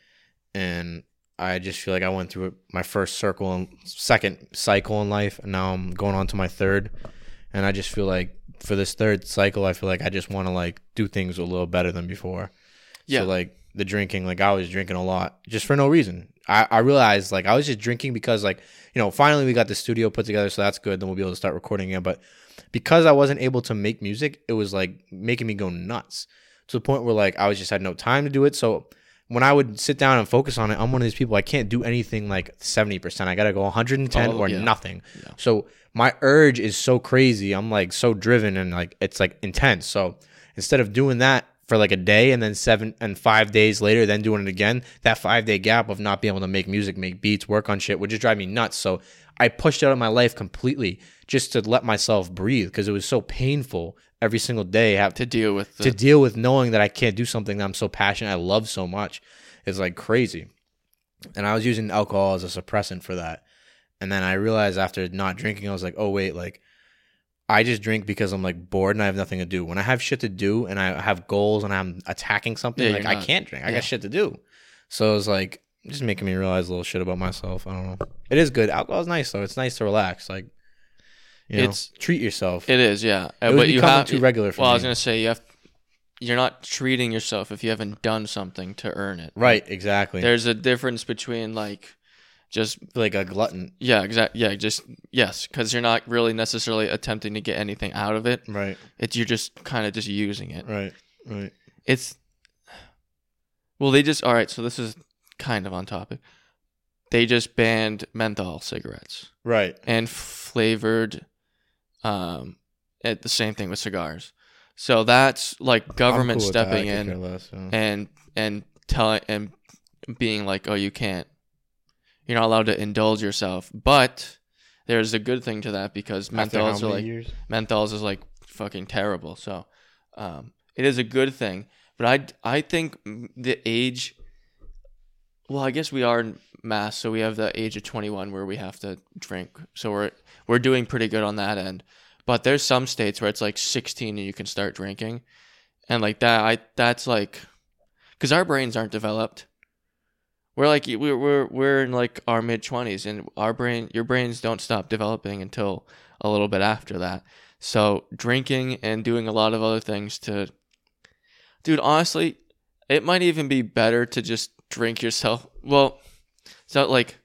and I just feel like I went through my first circle and second cycle in life, and now I'm going on to my third, and I just feel like for this third cycle, I feel like I just want to like do things a little better than before.
Yeah.
So like the drinking, like I was drinking a lot just for no reason. I, I realized like I was just drinking because like, you know, finally we got the studio put together, so that's good. Then we'll be able to start recording again. But because I wasn't able to make music, it was like making me go nuts to the point where like I was just had no time to do it. So when I would sit down and focus on it, I'm one of these people I can't do anything like 70%. I got to go 110
Oh,
or
yeah.
nothing.
Yeah.
So my urge is so crazy. I'm like so driven and like it's like intense. So instead of doing that for like a day and then seven and five days later, then doing it again, that five day gap of not being able to make music, make beats, work on shit would just drive me nuts. So I pushed out of my life completely just to let myself breathe because it was so painful every single day have
to deal with the,
to deal with knowing that I can't do something that I'm so passionate, I love so much, is like crazy. And I was using alcohol as a suppressant for that. And then I realized after not drinking, I was like, oh wait, like I just drink because I'm like bored and I have nothing to do. When I have shit to do and I have goals and I'm attacking something,
Yeah,
like
you're
I
not-
can't drink. I
yeah.
got shit to do. So it was like just making me realize a little shit about myself. I don't know. It is good. Alcohol's nice though. It's nice to relax. Like you
It's-
know, treat yourself.
it is yeah
It was
but you
becoming
have
too regular for
well I
me.
was going to say you have you're not treating yourself if you haven't done something to earn it
right, exactly.
there's a difference between like just
like a glutton.
yeah exactly yeah just yes because you're not really necessarily attempting to get anything out of it
Right.
it's you're just kind of just using it
Right, right.
it's well they just all right so this is kind of on topic they just banned menthol cigarettes
Right.
and flavored um at the same thing with cigars so that's like government stepping in
Mm-hmm.
and and telling and being like, oh, you can't, you're not allowed to indulge yourself. But there's a good thing to that because menthols are like menthols is like fucking terrible. So um, it is a good thing. But I I think the age. Well, I guess we are in mass, so we have the age of 21 where we have to drink. So we're we're doing pretty good on that end. But there's some states where it's like 16 and you can start drinking, and like that I that's like, because our brains aren't developed. We're like we're we're we're in like our mid 20s, and our brain your brains don't stop developing until a little bit after that. So drinking and doing a lot of other things to, dude. Honestly, it might even be better to just drink yourself. Well, it's not like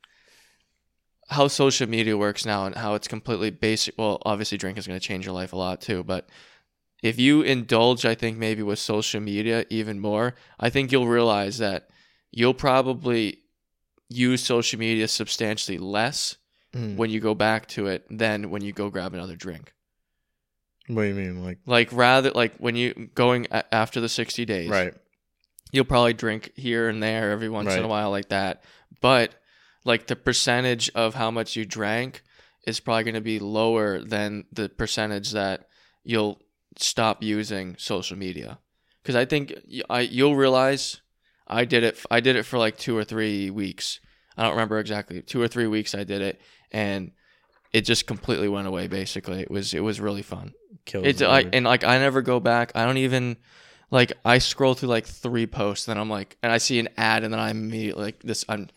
how social media works now and how it's completely basic. Well, obviously, drink is going to change your life a lot too. But if you indulge, I think maybe with social media even more, I think you'll realize that you'll probably use social media substantially less
Mm. Hmm.
when you go back to it than when you go grab another drink.
What do you mean, like?
Like rather like when you going a- after the 60 days,
Right.
you'll probably drink here and there every once in a
Right.
while like that. But like the percentage of how much you drank is probably going to be lower than the percentage that you'll stop using social media. Cuz I think y- I you'll realize I did it. I did it for like two or three weeks. I don't remember exactly. Two or three weeks I did it, and it just completely went away. Basically, it was it was really fun.
Kills
It's
the
I
word.
and like I never go back. I don't even like I scroll through like three posts, then I'm like, and I see an ad, and then I immediately like this. I'm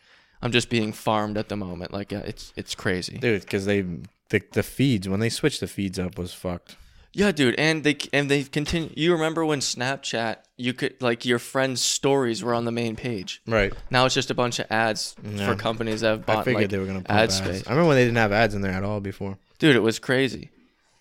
I'm just being farmed at the moment. Like uh, it's it's crazy.
dude, because they the, the feeds when they switched the feeds up was fucked.
Yeah, dude, and they and they continue. You remember when Snapchat, you could like your friends' stories were on the main page.
Right.
Now it's just a bunch of ads
Mm. Yeah.
for companies that have
I
bought
figured
like,
they were gonna pump
ad
ads.
space.
I remember when they didn't have ads in there at all before.
Dude, it was crazy,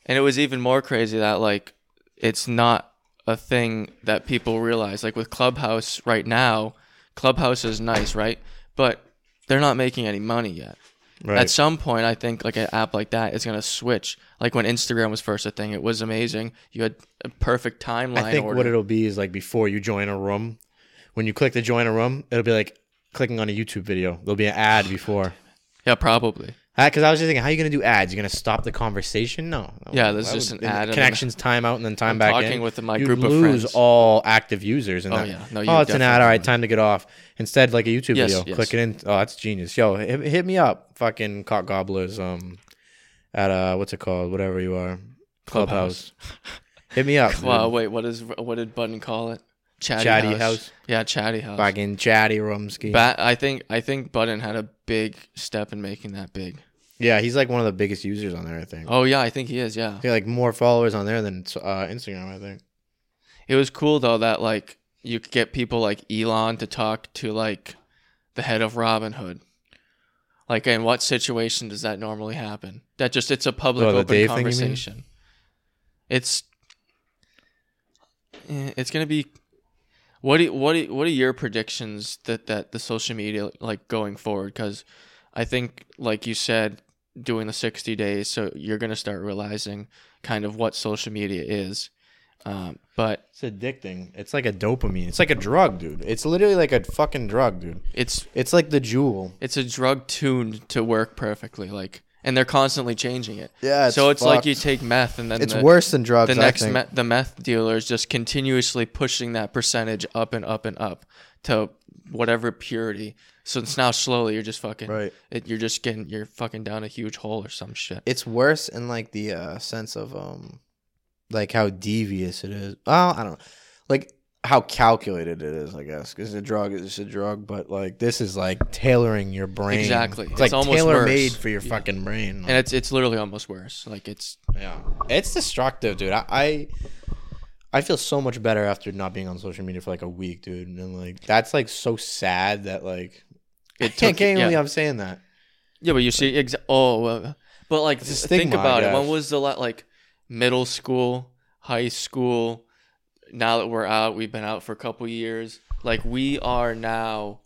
and it was even more crazy that like it's not a thing that people realize. Like with Clubhouse right now, Clubhouse is nice, right? But they're not making any money yet.
Right.
At some point, I think like an app like that is gonna switch. Like when Instagram was first a thing, it was amazing. You had a perfect timeline.
I think
order.
what it'll be is like before you join a room, when you click to join a room, it'll be like clicking on a YouTube video. There'll be an ad before.
Yeah, probably.
Because I was just thinking, how are you going to do ads? You're going to stop the conversation? No.
Yeah, there's
Why
just
would-
an ad and then-
Connections time out and then time
I'm
back
talking
in.
with my
you
group of
lose
friends.
all active users. And
Oh,
that.
yeah. No, you
oh, it's an ad.
definitely
All right, time to get off. Instead, like a YouTube
Yes,
video,
yes.
click it in. Oh, that's genius. Yo, hit, hit me up, fucking cock gobblers. Um, at uh, what's it called? Whatever you are,
Clubhouse.
Clubhouse. hit me up. dude.
Wow, wait, what is what did Button call it? Chatty,
Chatty
house.
house.
Yeah, chatty house.
Fucking chatty rumski.
Ba- I think I think Button had a big step in making that big.
Yeah, he's like one of the biggest users on there. I think.
Oh yeah, I think he is. Yeah,
He had like more followers on there than uh, Instagram. I think.
it was cool though that like you could get people like Elon to talk to like the head of Robin Hood. Like, in what situation does that normally happen? That just it's a public
Oh, the
open
Dave thing you mean?
conversation. It's eh, it's gonna be. What do, what do, what are your predictions that that the social media like going forward? Because I think like you said, doing the sixty days, so you're gonna start realizing kind of what social media is. Um, but
It's addicting. It's like a dopamine. It's like a drug, dude. It's literally like a fucking drug, dude.
it's
It's like the jewel.
it's a drug tuned to work perfectly, like, and they're constantly changing it.
Yeah, it's
so it's like
fucked.
you take meth, and then
It's
the,
worse than drugs.
the
I
next
think.
me- the meth dealer is just continuously pushing that percentage up and up and up to whatever purity. So it's now slowly you're just fucking
Right.
It, you're just getting you're fucking down a huge hole or some shit.
It's worse in like the uh, sense of um, like how devious it is. Well, I don't know, like how calculated it is. I guess because a drug is just a drug, but like this is like tailoring your brain.
Exactly.
It's,
It's
like
almost
tailor made
worse.
for your
Yeah.
fucking brain.
and it's it's literally almost worse. Like it's
Yeah, it's destructive, dude. I, I I feel so much better after not being on social media for like a week, dude. And like that's like so sad that like
It
I can't,
took-
can't
yeah.
believe I'm saying that.
yeah, but you see exa- oh, well, but like
It's a
think
stigma, I
about it.
guess.
When was the la- like middle school, high school? Now that we're out, we've been out for a couple years. Like we are now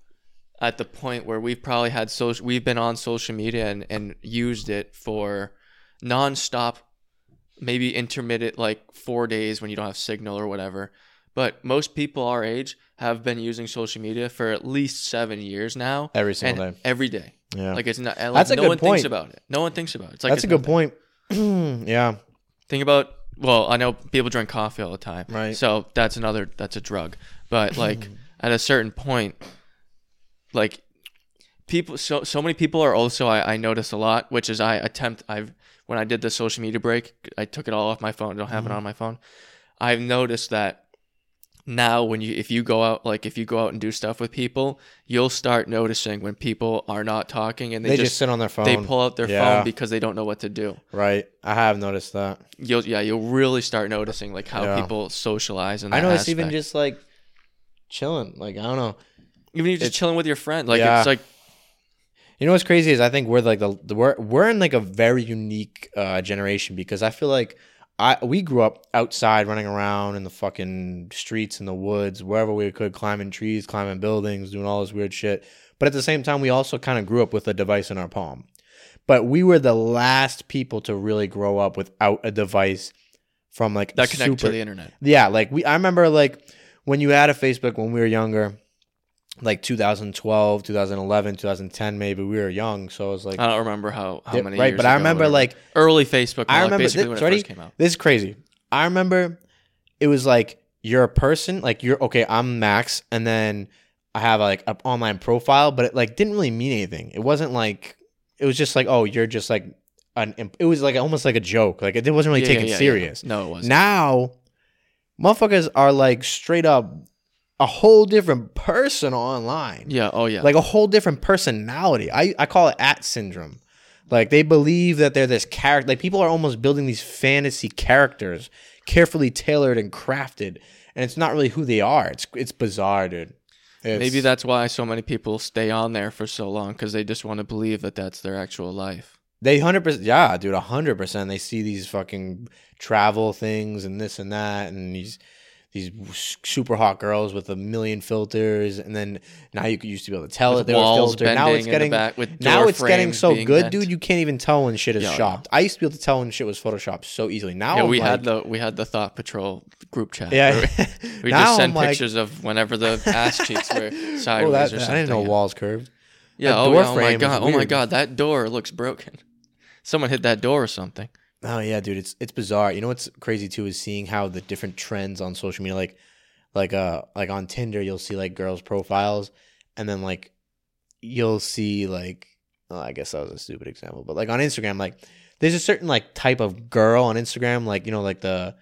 at the point where we've probably had social we've been on social media and, and used it for nonstop maybe intermittent like four days when you don't have signal or whatever but most people our age have been using social media for at least seven years now
Every single
and
day.
every day
Yeah,
like it's not like,
That's a
no
good
one thinks
point.
about it no one thinks about it it's like
that's
it's
a good
nothing.
point. yeah,
think about well i know people drink coffee all the time
Right.
so that's another that's a drug but like at a certain point like people so so many people are also I, I notice a lot which is i attempt i've when i did the social media break i took it all off my phone I don't have
Mm-hmm.
it on my phone i've noticed that now when you if you go out like if you go out and do stuff with people you'll start noticing when people are not talking and
they,
they,
just, sit on their phone.
they pull out their
Yeah.
phone because they don't know what to do
right. I have noticed that.
you'll yeah you'll really start noticing like how
Yeah.
people socialize and
I know it's
noticed
even just like chilling. Like I don't know.
even if you're just chilling with your friend like
Yeah.
it's like
You know what's crazy is I think we're like the the- we're we're in like a very unique uh, generation because I feel like I we grew up outside running around in the fucking streets in the woods wherever we could climbing trees climbing buildings doing all this weird shit but at the same time we also kind of grew up with a device in our palm but we were the last people to really grow up without a device from like
that connect
super-
to the internet
yeah, like we I remember like when you had a Facebook when we were younger, like 2012, 2011, 2010 maybe we were young, so it was like
i don't remember how how
Yeah,
many
right,
years
but I
ago,
remember
whatever.
like
early facebook
I remember
like, basically when
this,
it
ready?
first came out
This is crazy. I remember it was like you're a person, like you're okay, I'm Max, and then I have like an online profile, but it like didn't really mean anything. It wasn't like it was just like oh you're just like an imp- it was like almost like a joke. Like it wasn't really
Yeah, yeah,
taken
yeah, yeah.
serious.
No, it wasn't.
Now, motherfuckers are like straight up a whole different person online
yeah. Oh yeah.
like a whole different personality. I, I call it at syndrome. Like they believe that they're this character. Like people are almost building these fantasy characters, carefully tailored and crafted, and it's not really who they are. It's it's bizarre, dude. It's-
Maybe that's why so many people stay on there for so long because they just want to believe that that's their actual life.
they hundred percent. Yeah, dude, hundred percent. They see these fucking travel things and this and that, and these these super hot girls with a million filters, and then now you used to be able to tell
With
it they were
walls
filtered. Now
bending
it's
in the
getting
back with
now
door
it's getting
frames
so
being
good,
bent.
dude. You can't even tell when shit is
Yeah, I know.
shopped. I used to be able to tell when shit was photoshopped so easily. Now
Yeah,
I'm
we
like,
had the we had the thought patrol group chat.
yeah.
where We, we
Now
just send
I'm like,
pictures of whenever the ass cheeks were sideways
Oh, that,
or
I
something.
didn't know walls curved.
Yeah.
that
Oh,
door
yeah, oh my
frame is
god. Oh my
weird.
god. That door looks broken. Someone hit that door or something.
Oh yeah, dude, it's it's bizarre. You know what's crazy too is seeing how the different trends on social media, like like uh like on Tinder, you'll see like girls' profiles, and then like you'll see like oh, I guess that was a stupid example, but like on Instagram, like there's a certain like type of girl on Instagram, like you know like the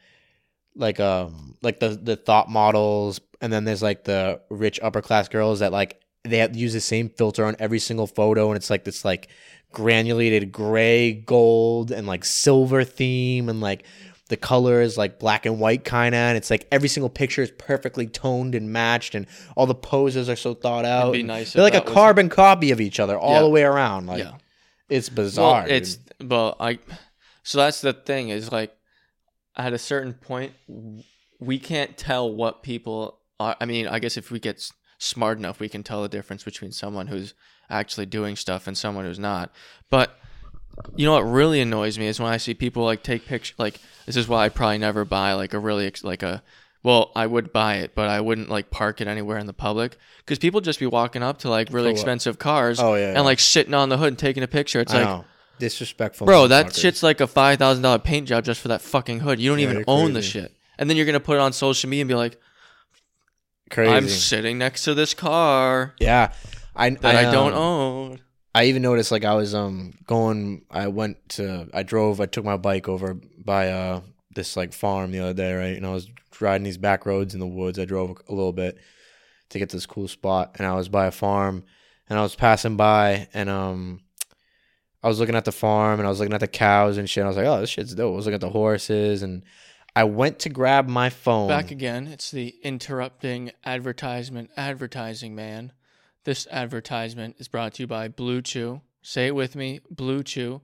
like um like the the thought models, and then there's like the rich upper class girls that like they have, use the same filter on every single photo, and it's like this like granulated gray, gold, and like silver theme, and like the color is like black and white kind of, and it's like every single picture is perfectly toned and matched, and all the poses are so thought out.
be
and
nice if
Oh, They're like
that
a
was-
carbon copy of each other all
Yeah.
the way around. Like
Yeah.
it's bizarre.
Well, it's well, I. So that's the thing is like, at a certain point, w- we can't tell what people are. I mean, I guess if we get s- smart enough, we can tell the difference between someone who's actually doing stuff and someone who's not. But you know what really annoys me is when I see people like take picture. Like this is why I probably never buy like a really ex- like a. Well, I would buy it, but I wouldn't like park it anywhere in the public because people just be walking up to like really
For what?
expensive cars
Oh, yeah,
and
yeah.
like sitting on the hood and taking a picture. It's
I
like
know. disrespectful,
Bro, that
motherfuckers.
shit's like a five thousand dollar paint job just for that fucking hood. You don't even
you're
own the
crazy.
shit, and then you're gonna put it on social media and be like,
crazy.
"I'm sitting next to this car
yeah, I
that I, don't
um,
own."
I even noticed like I was um going I went to I drove I took my bike over by uh this like farm the other day right and I was riding these back roads in the woods I drove a little bit to get to this cool spot and I was by a farm and I was passing by and um I was looking at the farm and I was looking at the cows and shit I was like oh this shit's dope I was looking at the horses and I went to grab my phone
Back again, it's the interrupting advertisement, advertising man. This advertisement is brought to you by Blue Chew. Say it with me, Blue Chew.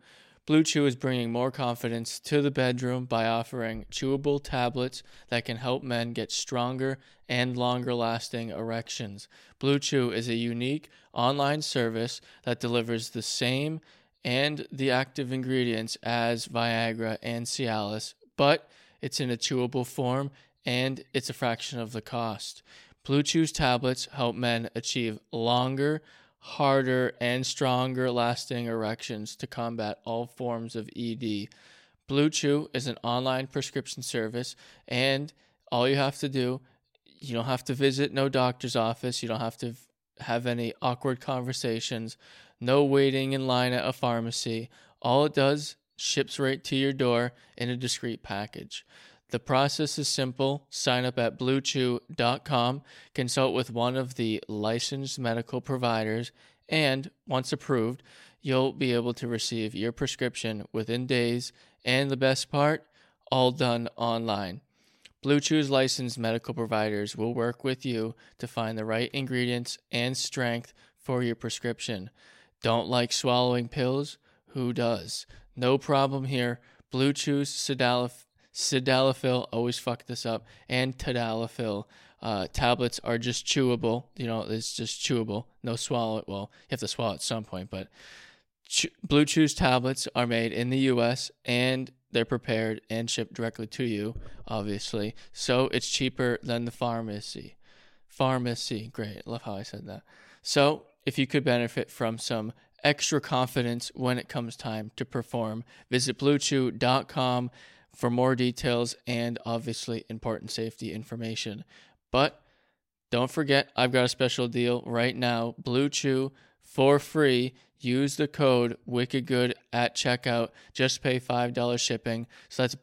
Blue Chew is bringing more confidence to the bedroom by offering chewable tablets that can help men get stronger and longer lasting erections. Blue Chew is a unique online service that delivers the same and the active ingredients as Viagra and Cialis, but it's in a chewable form and it's a fraction of the cost. Blue Chew's tablets help men achieve longer, harder, and stronger lasting erections to combat all forms of ED. Blue Chew is an online prescription service, and all you have to do, you don't have to visit no doctor's office, you don't have to v- have any awkward conversations, no waiting in line at a pharmacy. All it does ships right to your door in a discreet package. The process is simple. Sign up at bluechew.com, consult with one of the licensed medical providers, and once approved, you'll be able to receive your prescription within days. And the best part, all done online. Blue Chew's licensed medical providers will work with you to find the right ingredients and strength for your prescription. Don't like swallowing pills? Who does? No problem here. Blue Chew's Sedalif- Sedalafil, always fuck this up, and Tadalafil uh, tablets are just chewable. You know, it's just chewable. No swallow it. Well, you have to swallow at some point, but Ch- Blue Chew's tablets are made in the U.S. and they're prepared and shipped directly to you, obviously. So it's cheaper than the pharmacy. Pharmacy, great. Love how I said that. So if you could benefit from some extra confidence when it comes time to perform, visit BlueChew.com for more details and obviously important safety information. But Don't forget, I've got a special deal right now. Blue Chew for free. Use the code WickedGood at checkout. Just pay $5 shipping. So that's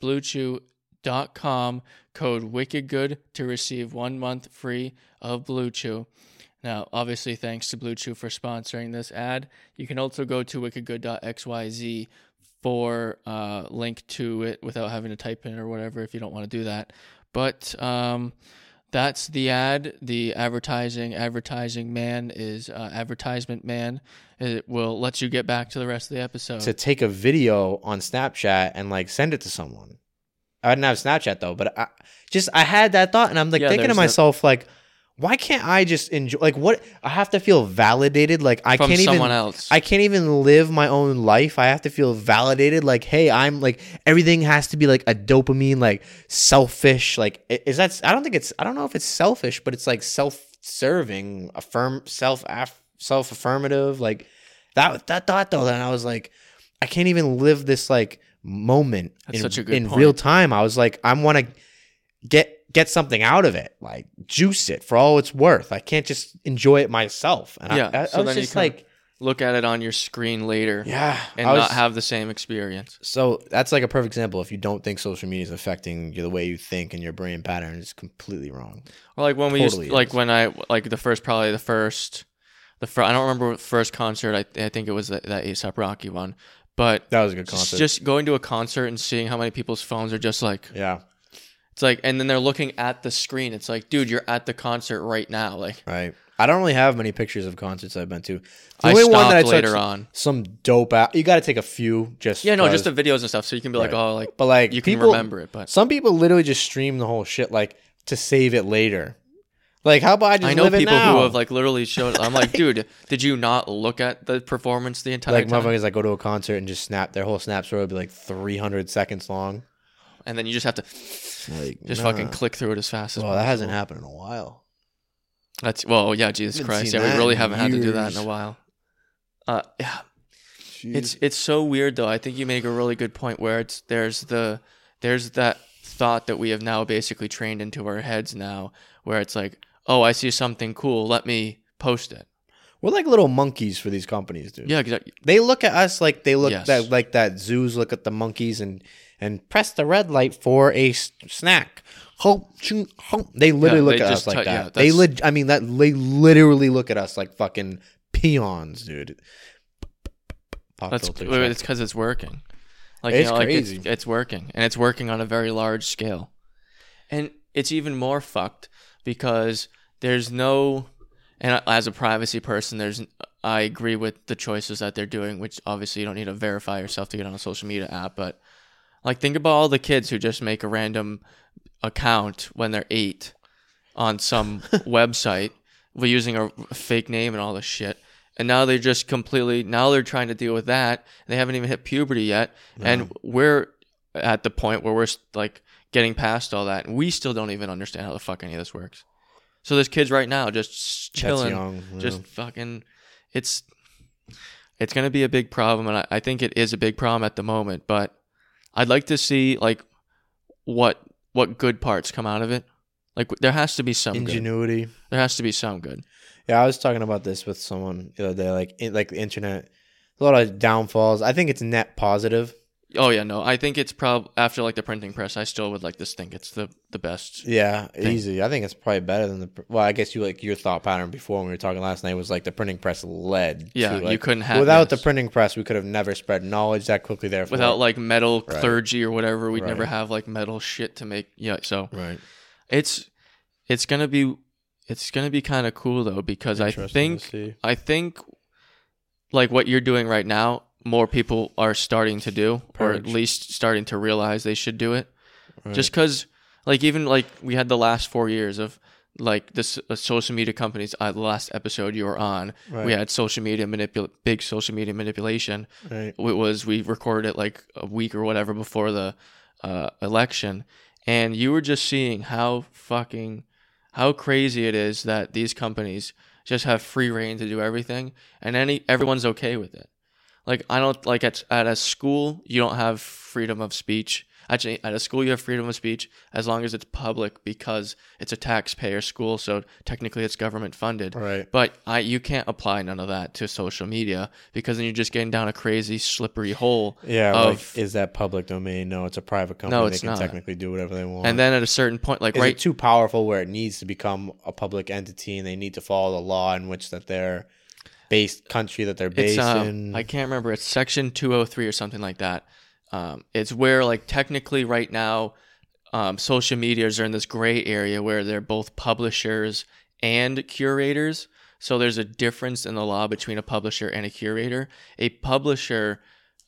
bluechew.com, code WickedGood to receive one month free of Blue Chew. Now, obviously, thanks to Blue Chew for sponsoring this ad. You can also go to wickedgood.xyz for uh, link to it without having to type in or whatever if you don't want to do that. But um, that's the ad. The advertising advertising man is uh, advertisement man. It will let you get back to the rest of the episode.
to take a video on Snapchat and like send it to someone. I didn't have Snapchat though, but I just I had that thought and I'm like
Yeah,
thinking to
there's no-
myself like why can't I just enjoy like what I have to feel validated like I
From
can't
someone
even
else.
I can't even live my own life. I have to feel validated like hey, I'm like everything has to be like a dopamine like selfish like i- is that I don't think it's I don't know if it's selfish, but it's like self-serving, affirm self self-affirmative like that that thought though then I was like I can't even live this like moment
That's
in,
such a good
in
point.
real time. I was like, I want to get get something out of it, like juice it for all it's worth. I can't just enjoy it myself. And
Yeah,
I, I,
so
I was
then you
just
kinda-
like,
Look at it on your screen later
yeah,
and
I was-
not have the same experience.
So that's like a perfect example. If you don't think social media is affecting you, the way you think and your brain pattern, it's completely wrong.
Or like when we
Totally
used, like
is.
when I like the first probably the first, the fir- I don't remember what first concert. I I think it was that, that ASAP Rocky one, but
That was a good
just-
concept.
just going to a concert and seeing how many people's phones are just like
yeah,
It's like, and then they're looking at the screen. It's like, dude, you're at the concert right now. Like,
right. I don't really have many pictures of concerts I've been to. The
I stopped
took-
later on.
some dope out. You got to take a few, just
Yeah, no, just
because.
the videos and stuff, so you can be like,
Right.
oh, like,
But like
you can
people-
remember it. But
Some people literally just stream the whole shit like to save it later. Like how about I just
I know
live it
people
now?
who have like literally showed. I'm like, dude, did you not look at the performance the entire
like
time?
motherfuckers like go to a concert and just snap their whole snap story would be like 300 seconds long.
And then you just have to
Like
just
nah.
fucking click through it as fast as.
Well, that hasn't happened in a while.
That's well, yeah, Jesus
Haven't
Christ,
seen
yeah, we
that
really
in
haven't had to do that in
years.
a while. Uh, yeah, It's it's so weird though. I think you make a really good point where it's there's the there's that thought that we have now basically trained into our heads now where it's like, "Oh, I see something cool, let me post it."
we're like little monkeys for these companies, dude.
Yeah, exactly.
They look at us like they look
Yes.
that like that zoos look at the monkeys and and press the red light for a s- snack. Ho, choo, ho. They literally
Yeah,
look
they
at
just
us like
ti- yeah,
that. they
that's-
lit. I mean that they literally look at us like fucking peons, dude. Pop
That's
filter
wait, wait,
check.
it's cuz it's working. Like,
It's
you know, like it's,
crazy.
it's working and it's working on a very large scale. And it's even more fucked because there's no and as a privacy person, there's I agree with the choices that they're doing, which obviously you don't need to verify yourself to get on a social media app, but Like think about all the kids who just make a random account when they're eight on some website, we're using a fake name and all this shit. And now they're just completely now they're trying to deal with that. They haven't even hit puberty yet, and we're at the point where we're like getting past all that, and we still don't even understand how the fuck any of this works. So there's kids right now just
That's
chilling,
young, yeah.
just fucking it's it's going to be a big problem and I, I think it is a big problem at the moment but i'd like to see like what what good parts come out of it like there has to be some good
ingenuity.
there has to be some good
Yeah, I was talking about this with someone the other day. Like it, like the internet, a lot of downfalls. I think it's net positive.
oh yeah no i think it's prob after like the printing press i still would like this think it's the the best
Yeah, easy. I think it's probably better than the. pr- Well, I guess you like your thought pattern before when we were talking last night was like the printing press led.
Yeah,
to, like-
you couldn't have-
without the
yes.
printing press, we could have never spread knowledge that quickly. There
without like metal
Right.
clergy or whatever we'd never
Right.
have like metal shit to make yeah so
right,
it's it's gonna be it's gonna be kind of cool though because i
Interesting to
think
see.
i think like what you're doing right now more people are starting to do or at
Purge.
least starting to realize they should do it just because like even like we had the last four years of like this uh, social media companies uh, the last episode you were on we
Right.
had social media manipul big social media manipulation
right,
it was we recorded it like a week or whatever before the uh, election, and you were just seeing how fucking how crazy it is that these companies just have free reign to do everything, and any everyone's okay with it. Like I don't like at at a school you don't have freedom of speech. Actually, at a school, you have freedom of speech as long as it's public because it's a taxpayer school, so technically it's government funded.
Right.
But I, you can't apply none of that to social media because then you're just getting down a crazy slippery hole.
Yeah,
Of
like, is that public domain? No, it's a private company.
No,
they
it's
can
not.
technically do whatever they want.
and then at a certain point, like
is
right,
it too powerful where it needs to become a public entity and they need to follow the law in which that their based country that they're
it's
based
um,
in?
I can't remember. It's section 203 or something like that. Um, it's where like technically right now, um, social medias are in this gray area where they're both publishers and curators. So there's a difference in the law between a publisher and a curator. A publisher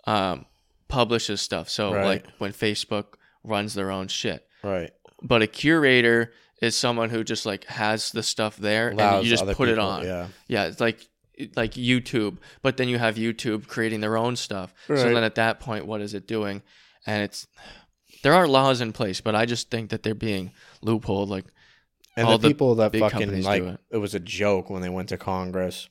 um, publishes stuff. So
Right.
like when Facebook runs their own shit.
right.
But a curator is someone who just like has the stuff there
Allows
and you just
other
put it
people-
on.
Yeah.
Yeah, it's like like YouTube, but then you have YouTube creating their own stuff. So
Right.
then at that point, what is it doing? And it's there are laws in place, but I just think that they're being loopholed. Like
And
All the
the people that
big
fucking
companies
like
do it.
it was a joke when they went to Congress.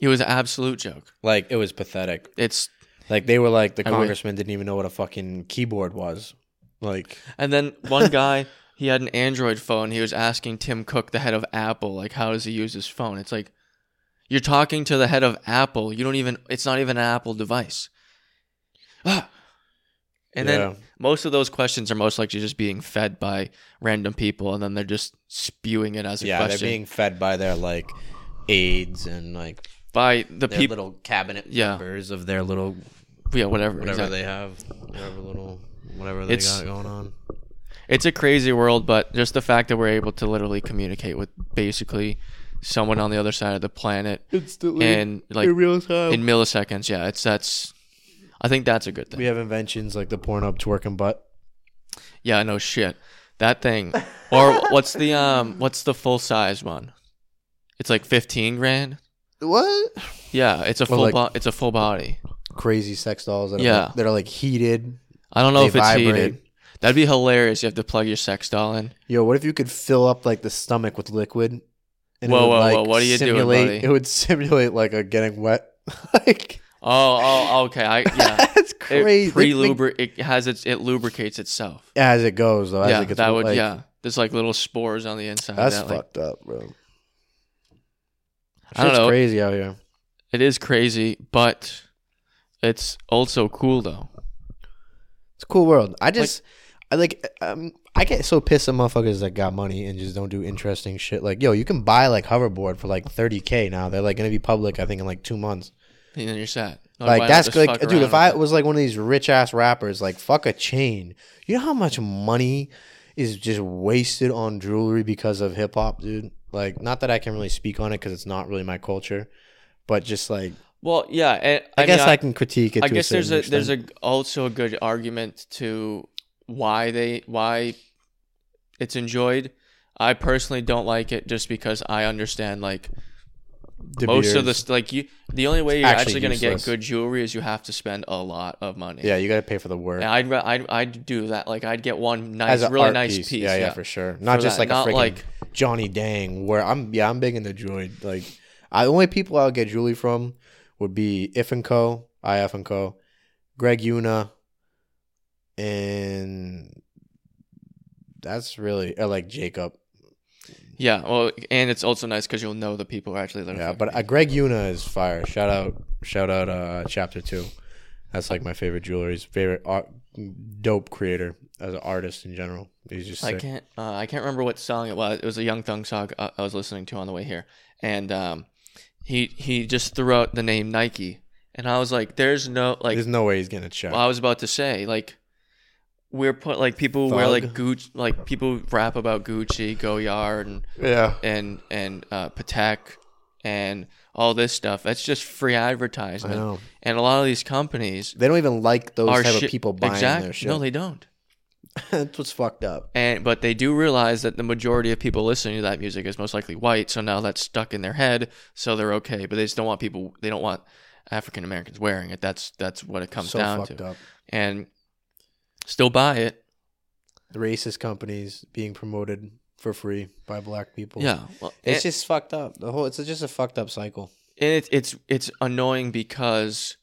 it was an absolute joke.
Like it was pathetic.
It's
Like they were like the
I wish-
congressman didn't even know what a fucking keyboard was. Like
and then one guy he had an Android phone. He was asking Tim Cook, the head of Apple, like how does he use his phone? It's like you're talking to the head of Apple. You don't even. It's not even an Apple device. Ah. And then
yeah.
most of those questions are most likely just being fed by random people and then they're just spewing it as a
yeah,
question
they're being fed by their like aides and like
by the
their
people
little cabinet
Yeah.
members of their little
yeah whatever,
whatever
exactly.
they have, whatever little whatever they
It's-
got going on.
it's a crazy world but just the fact that we're able to literally communicate with basically someone on the other side of the planet
Instantly
and like
real time.
in milliseconds yeah it's that's i think that's a good thing
we have inventions like the Pornhub twerking butt.
yeah no shit that thing or what's the um what's the full size one it's like 15 grand
What?
yeah it's a
Well,
full
like-
bo- it's a full body
Crazy sex dolls that are
Yeah.
like, that are like heated.
I don't know
They
if it's
vibrate.
heated. That'd be hilarious. You have to plug your sex doll in.
Yo, what if you could fill up like the stomach with liquid? And
Whoa, whoa, whoa, what are you doing,
simulate-
buddy?
It would simulate like a getting wet. like
Oh, oh, okay. I yeah.
that's crazy.
It pre-lubri- it has its it lubricates itself.
as it goes though. as
yeah,
it gets,
that would
like,
yeah. There's like little spores on the inside.
That's
that, like-
fucked up, bro.
I don't
Shit's
know.
crazy out here.
it is crazy, but it's also cool though.
It's a cool world. I just, I like, um, I get so pissed at motherfuckers that got money and just don't do interesting shit. Like, yo, you can buy like hoverboard for like thirty k now. They're like gonna be public, I think, in like two months.
And then you're set. Not
like
why not
that's
just
good.
fuck
like, dude.
around
If I
with it?
was like one of these rich ass rappers, like fuck a chain. You know how much money is just wasted on jewelry because of hip hop, dude. Like, not that I can really speak on it because it's not really my culture, but just like,
well, yeah. And,
I, guess
mean,
I, can critique it.
I
to
guess there's a
certain
there's
extent.
a also a good argument to why they why it's enjoyed. I personally don't like it just because I understand like
De
most of
Beers.
this like you the only way you're
actually
actually, going to get
useless.
good jewelry is you have to spend a lot of money.
Yeah, you got to pay for the work.
And I'd, ra- I'd I'd do that. Like I'd get one nice really
art
nice piece.
Yeah, yeah, for sure. Not
For
just
that,
like
not
a freaking
like-
Johnny Dang. Where I'm, yeah, I'm big into droid. Like, I the only people I'll get jewelry from would be If and Co, IF and Co, Greg Una, and that's really or like Jacob.
Yeah, Well, and it's also nice because you'll know the people who are actually there.
Yeah, but uh, Greg Una is fire. Shout out, shout out, uh, Chapter Two. That's like my favorite jewelry's favorite art, dope creator as an artist in general. He's just
I
sick.
can't. Uh, I can't remember what song it was. It was a Young Thug song uh, I, I was listening to on the way here, and um, he he just threw out the name Nike, and I was like, "There's no like."
There's no way he's getting a check.
well, I was about to say like, we're put like people wear
Thug.
like Gucci, like people rap about Gucci, Goyard, and
yeah.
and and uh, Patek, and all this stuff. That's just free
I
advertisement,
know.
and a lot of these companies
They don't even like those
are
type
shi-
of people buying
Exact-
their shit.
No, they don't.
That's what's fucked up.
and but they do realize that the majority of people listening to that music is most likely white so now that's stuck in their head so they're okay but they just don't want people they don't want african americans wearing it that's that's what it comes
so
down
fucked
to
up.
and still buy it
The racist companies being promoted for free by black people.
yeah well,
It's
and,
just fucked up. The whole it's just a fucked up cycle.
and it's it's it's annoying because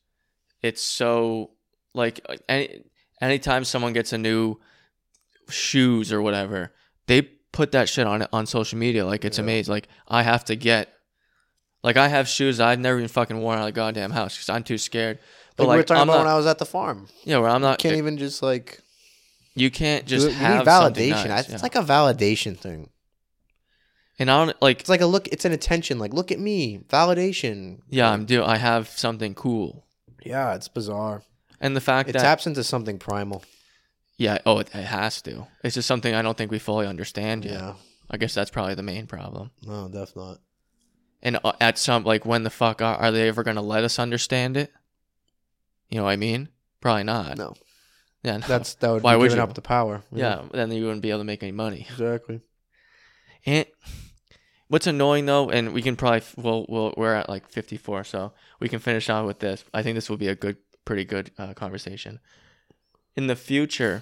it's so like and anytime someone gets a new shoes or whatever, they put that shit on on social media like it's a maze. Like I have to get, like I have shoes I've never even fucking worn out of the goddamn house because I'm too scared. But
Like, we were
like,
talking
I'm
about
not,
when I was at the farm.
yeah, where I'm not.
Can't even just like
you can't
do
just
it. You
have
need
something
validation.
nice, yeah.
It's like a validation thing.
and I don't like.
It's like a look. It's an attention. Like look at me, validation.
Yeah, I'm do. I have something cool,
Yeah, it's bizarre.
and the fact
It
that
taps into something primal.
yeah, oh, it, it has to. It's just something I don't think we fully understand yet. I guess that's probably the main problem.
No, definitely not.
and uh, at some like when the fuck are, are they ever going to let us understand it you know what i mean probably not
No.
yeah no.
That's that would
Why
be
would
giving
you?
up the power.
yeah then you wouldn't be able to make any money
exactly.
and what's annoying though and we can probably f- we'll, we'll we're at like 54 so we can finish on with this i think this will be a good pretty good uh, conversation in the future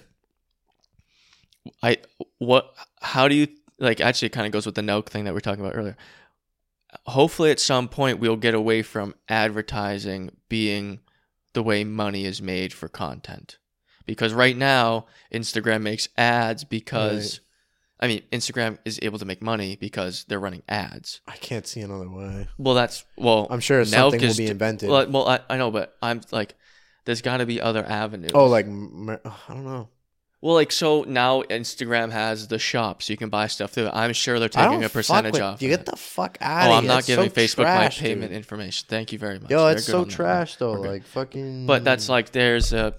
i what how do you like actually it kind of goes with the Nelk thing that we were talking about earlier hopefully at some point we'll get away from advertising being the way money is made for content because right now instagram makes ads because i mean instagram is able to make money because they're running ads
I can't see another way.
well that's well
I'm sure
Nelk
something will
is
be
d-
invented.
well, well I, I know but i'm like there's got to be other avenues
oh, like mer- I don't know.
well like so now instagram has the shops you can buy stuff through i'm sure they're
I
taking a
don't fuck
percentage
with-
off
You
of
get
it.
the fuck out
Oh,
of
I'm
here.
not
That's
giving
so
Facebook
trash,
my payment
dude.
information. Thank you very much.
Yo,
Very
it's
good
so
on that.
trash though.
We're good.
Like fucking.
But that's like there's a,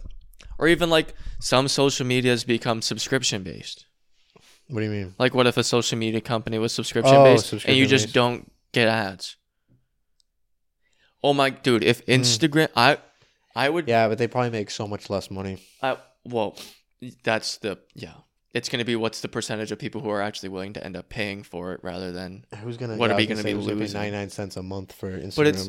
or even like some social medias become subscription based.
What do you mean?
Like, what if a social media company was subscription
Oh,
based and you
subscription
just
based.
don't get ads? Oh my dude, if
Hmm.
Instagram, I, I would,
Yeah, but they probably make so much less money.
I, Uh, well, that's the yeah. It's gonna be what's the percentage of people who are actually willing to end up paying for it rather than
Who's gonna?
What are
yeah, I
we
was
gonna
say
be
who's pay
losing?
Ninety nine cents a month for Instagram.
But it's-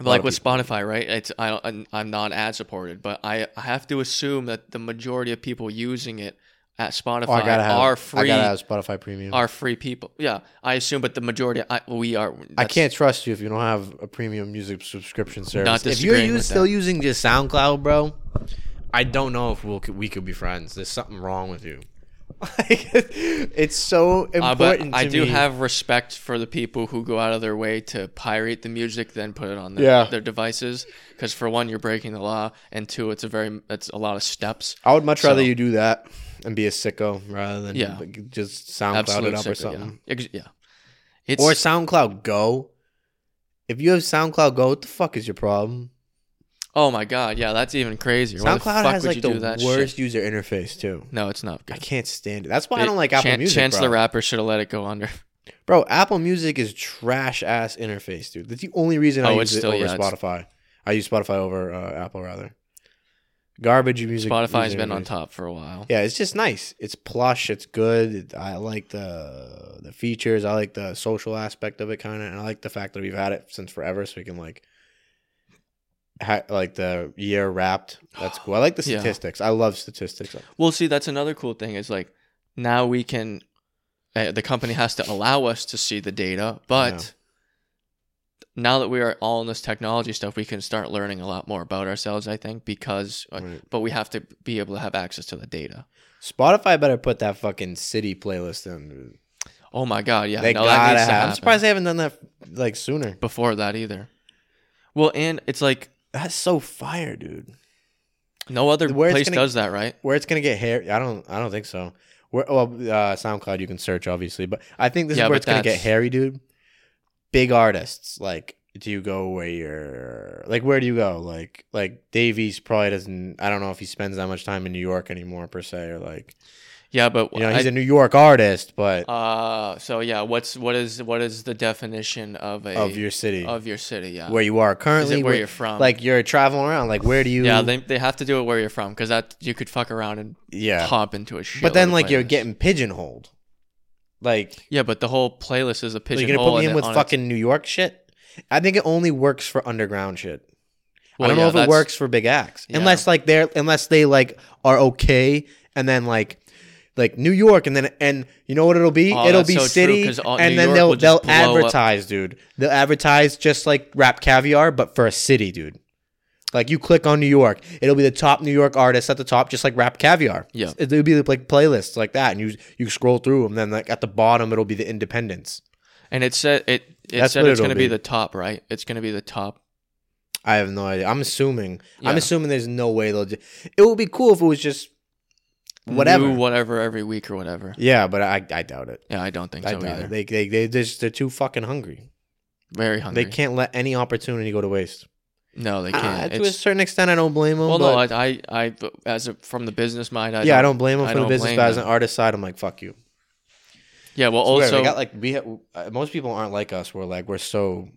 lot
like
of
with Spotify, right? It's I don't, I'm- I'm not ad supported, but I I have to assume that the majority of people using it at Spotify
oh, I gotta have.
are
I
free
gotta have Spotify Premium.
are free people. Yeah, I assume, but the majority I, we are.
I
that's-
can't trust you if you don't have a premium music subscription service.
If you're
disagreeing
use,
with
still
that.
using just SoundCloud, bro, I don't know if we'll, we could be friends. There's something wrong with you.
it's so
Uh, but
important.
I
to
do
me.
have respect for the people who go out of their way to pirate the music, then put it on their,
Yeah.
their devices. Because for one, you're breaking the law, and two, it's a very it's a lot of steps.
I would much rather
So-
you do that and be a sicko rather than
Yeah.
like, just SoundCloud
Absolutely,
it up or something.
Yeah, Ex- yeah. it's
Or
or
SoundCloud Go.
If you have SoundCloud Go, what the fuck is your problem?
oh my god, yeah, that's even crazier. Why the
SoundCloud
fuck
has
would
like
you do
the
that shit?
worst user interface too.
No, it's not
I
good.
can't stand it. That's why I don't like
It-
Apple
Chan-
Music.
Chance the
bro.
Rapper should have let it go under.
Bro, Apple Music is trash ass interface, dude. That's the only reason I
Oh,
use
it's
it
still-
over
yeah, it's-
Spotify. I use Spotify over uh, Apple rather. Garbage music.
Spotify's
user
been on
interface.
top for a while.
Yeah, it's just nice. It's plush. It's good. It- I like the the features. I like the social aspect of it, kind of, and I like the fact that we've had it since forever, so we can like, ha- like the year wrapped. That's cool. I like the
Yeah.
statistics. I love statistics.
Well, see, that's another cool thing is like now we can, uh, the company has to allow us to see the data, but now that we are all in this technology stuff, we can start learning a lot more about ourselves, I think, because, uh,
Right.
but we have to be able to have access to the data.
Spotify better put that fucking city playlist in.
Oh my God. Yeah.
they
no, that
gotta
needs to
have. I'm
happen.
surprised they haven't done that like sooner.
before that either. Well, and it's like
That's so fire, dude.
no other
Where it's
place
gonna-
does that, right?
Where it's gonna get hair? I don't. I don't think so. Where, well, uh, SoundCloud you can search obviously, but I think this
Yeah,
is where
but
it's gonna get
that's-
hairy, dude. Big artists like. Do you go where you're like? Where do you go? Like, like Davies probably doesn't. I don't know if he spends that much time in New York anymore per se, or like
Yeah, but
you know
I-
he's a New York artist, but
Uh, so yeah, what's what is what is the definition of a
of your city,
of your city? Oh, Yeah,
where you are
is
currently,
it where you're from?
like you're traveling around. Like, where do you?
yeah, they, they have to do it where you're from because that you could fuck around and
yeah.
hop into a shit.
But then like you're getting pigeonholed. Like
yeah, but the whole playlist is a
you're
pigeonhole.
gonna put me
and
in
it-
with
on it-
fucking New York shit. I think it only works for underground shit.
Well,
I don't
yeah,
know if it
that's-
works for big acts,
Yeah.
unless like they're unless they like are okay, and then like like New York, and then and you know what it'll be?
Oh,
it'll
that's
be
so true,
city,
'cause all-
and
New
then
York will
they'll
just
they'll
blow up.
advertise, dude. They'll advertise just like rap caviar, but for a city, dude. Like you click on New York, it'll be the top New York artists at the top, just like Rap Caviar.
Yeah.
it would be like playlists like that, and you you scroll through them. Then like at the bottom, it'll be the independents.
And it said it. It
That's
said
what
it's
it'll
going to be.
be.
the top, right? It's going to be the top.
I have no idea. I'm assuming. I'm
Yeah.
assuming there's no way they'll. Do, it would be cool if it was just whatever.
new whatever every week or whatever.
Yeah, but I I doubt it.
Yeah, I don't think
I
so
doubt
either.
it. They they they they're, just, they're too fucking hungry.
Very hungry.
They can't let any opportunity go to waste.
No, they
Ah,
can't.
to a
it's,
certain extent, I don't blame them.
well,
but
no, I, I, I, as a, from the business mind, I
yeah,
don't,
I don't blame them
I
from the
don't
business,
blame
but as an
them.
artist side, I'm like, fuck you.
Yeah, well,
It's weird.
also,
they got like we ha- uh, most people aren't like us. We're like we're so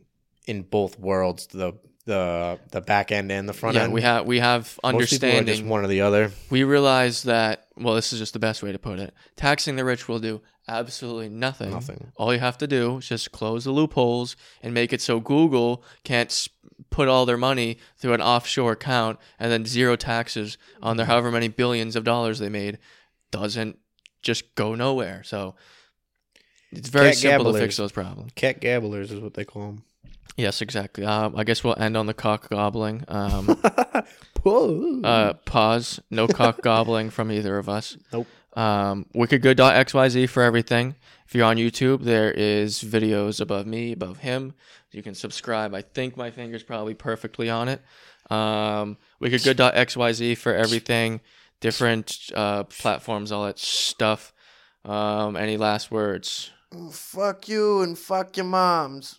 in both worlds the the the back end and the front
yeah,
end.
we have we have
most people are just
understanding.
one or the other.
we realize that. Well, this is just the best way to put it. Taxing the rich will do absolutely nothing.
Nothing.
All you have to do is just close the loopholes and make it so Google can't s- put all their money through an offshore account and then zero taxes on their however many billions of dollars they made doesn't just go nowhere. So it's very
Cat
simple to
gabblers.
fix those problems.
Cat gabblers is what they call
Yes, exactly. Um, I guess we'll end on the cock gobbling. Um,
them. Whoa.
uh, pause. No cock gobbling from either of us.
Nope.
Um, wickedgood.xyz for everything. If you're on YouTube, there is videos above me, above him. You can subscribe. I think my finger's probably perfectly on it. Um, wickedgood.xyz for everything. Different uh, platforms, all that stuff. Um, any last words?
fuck you and fuck your moms.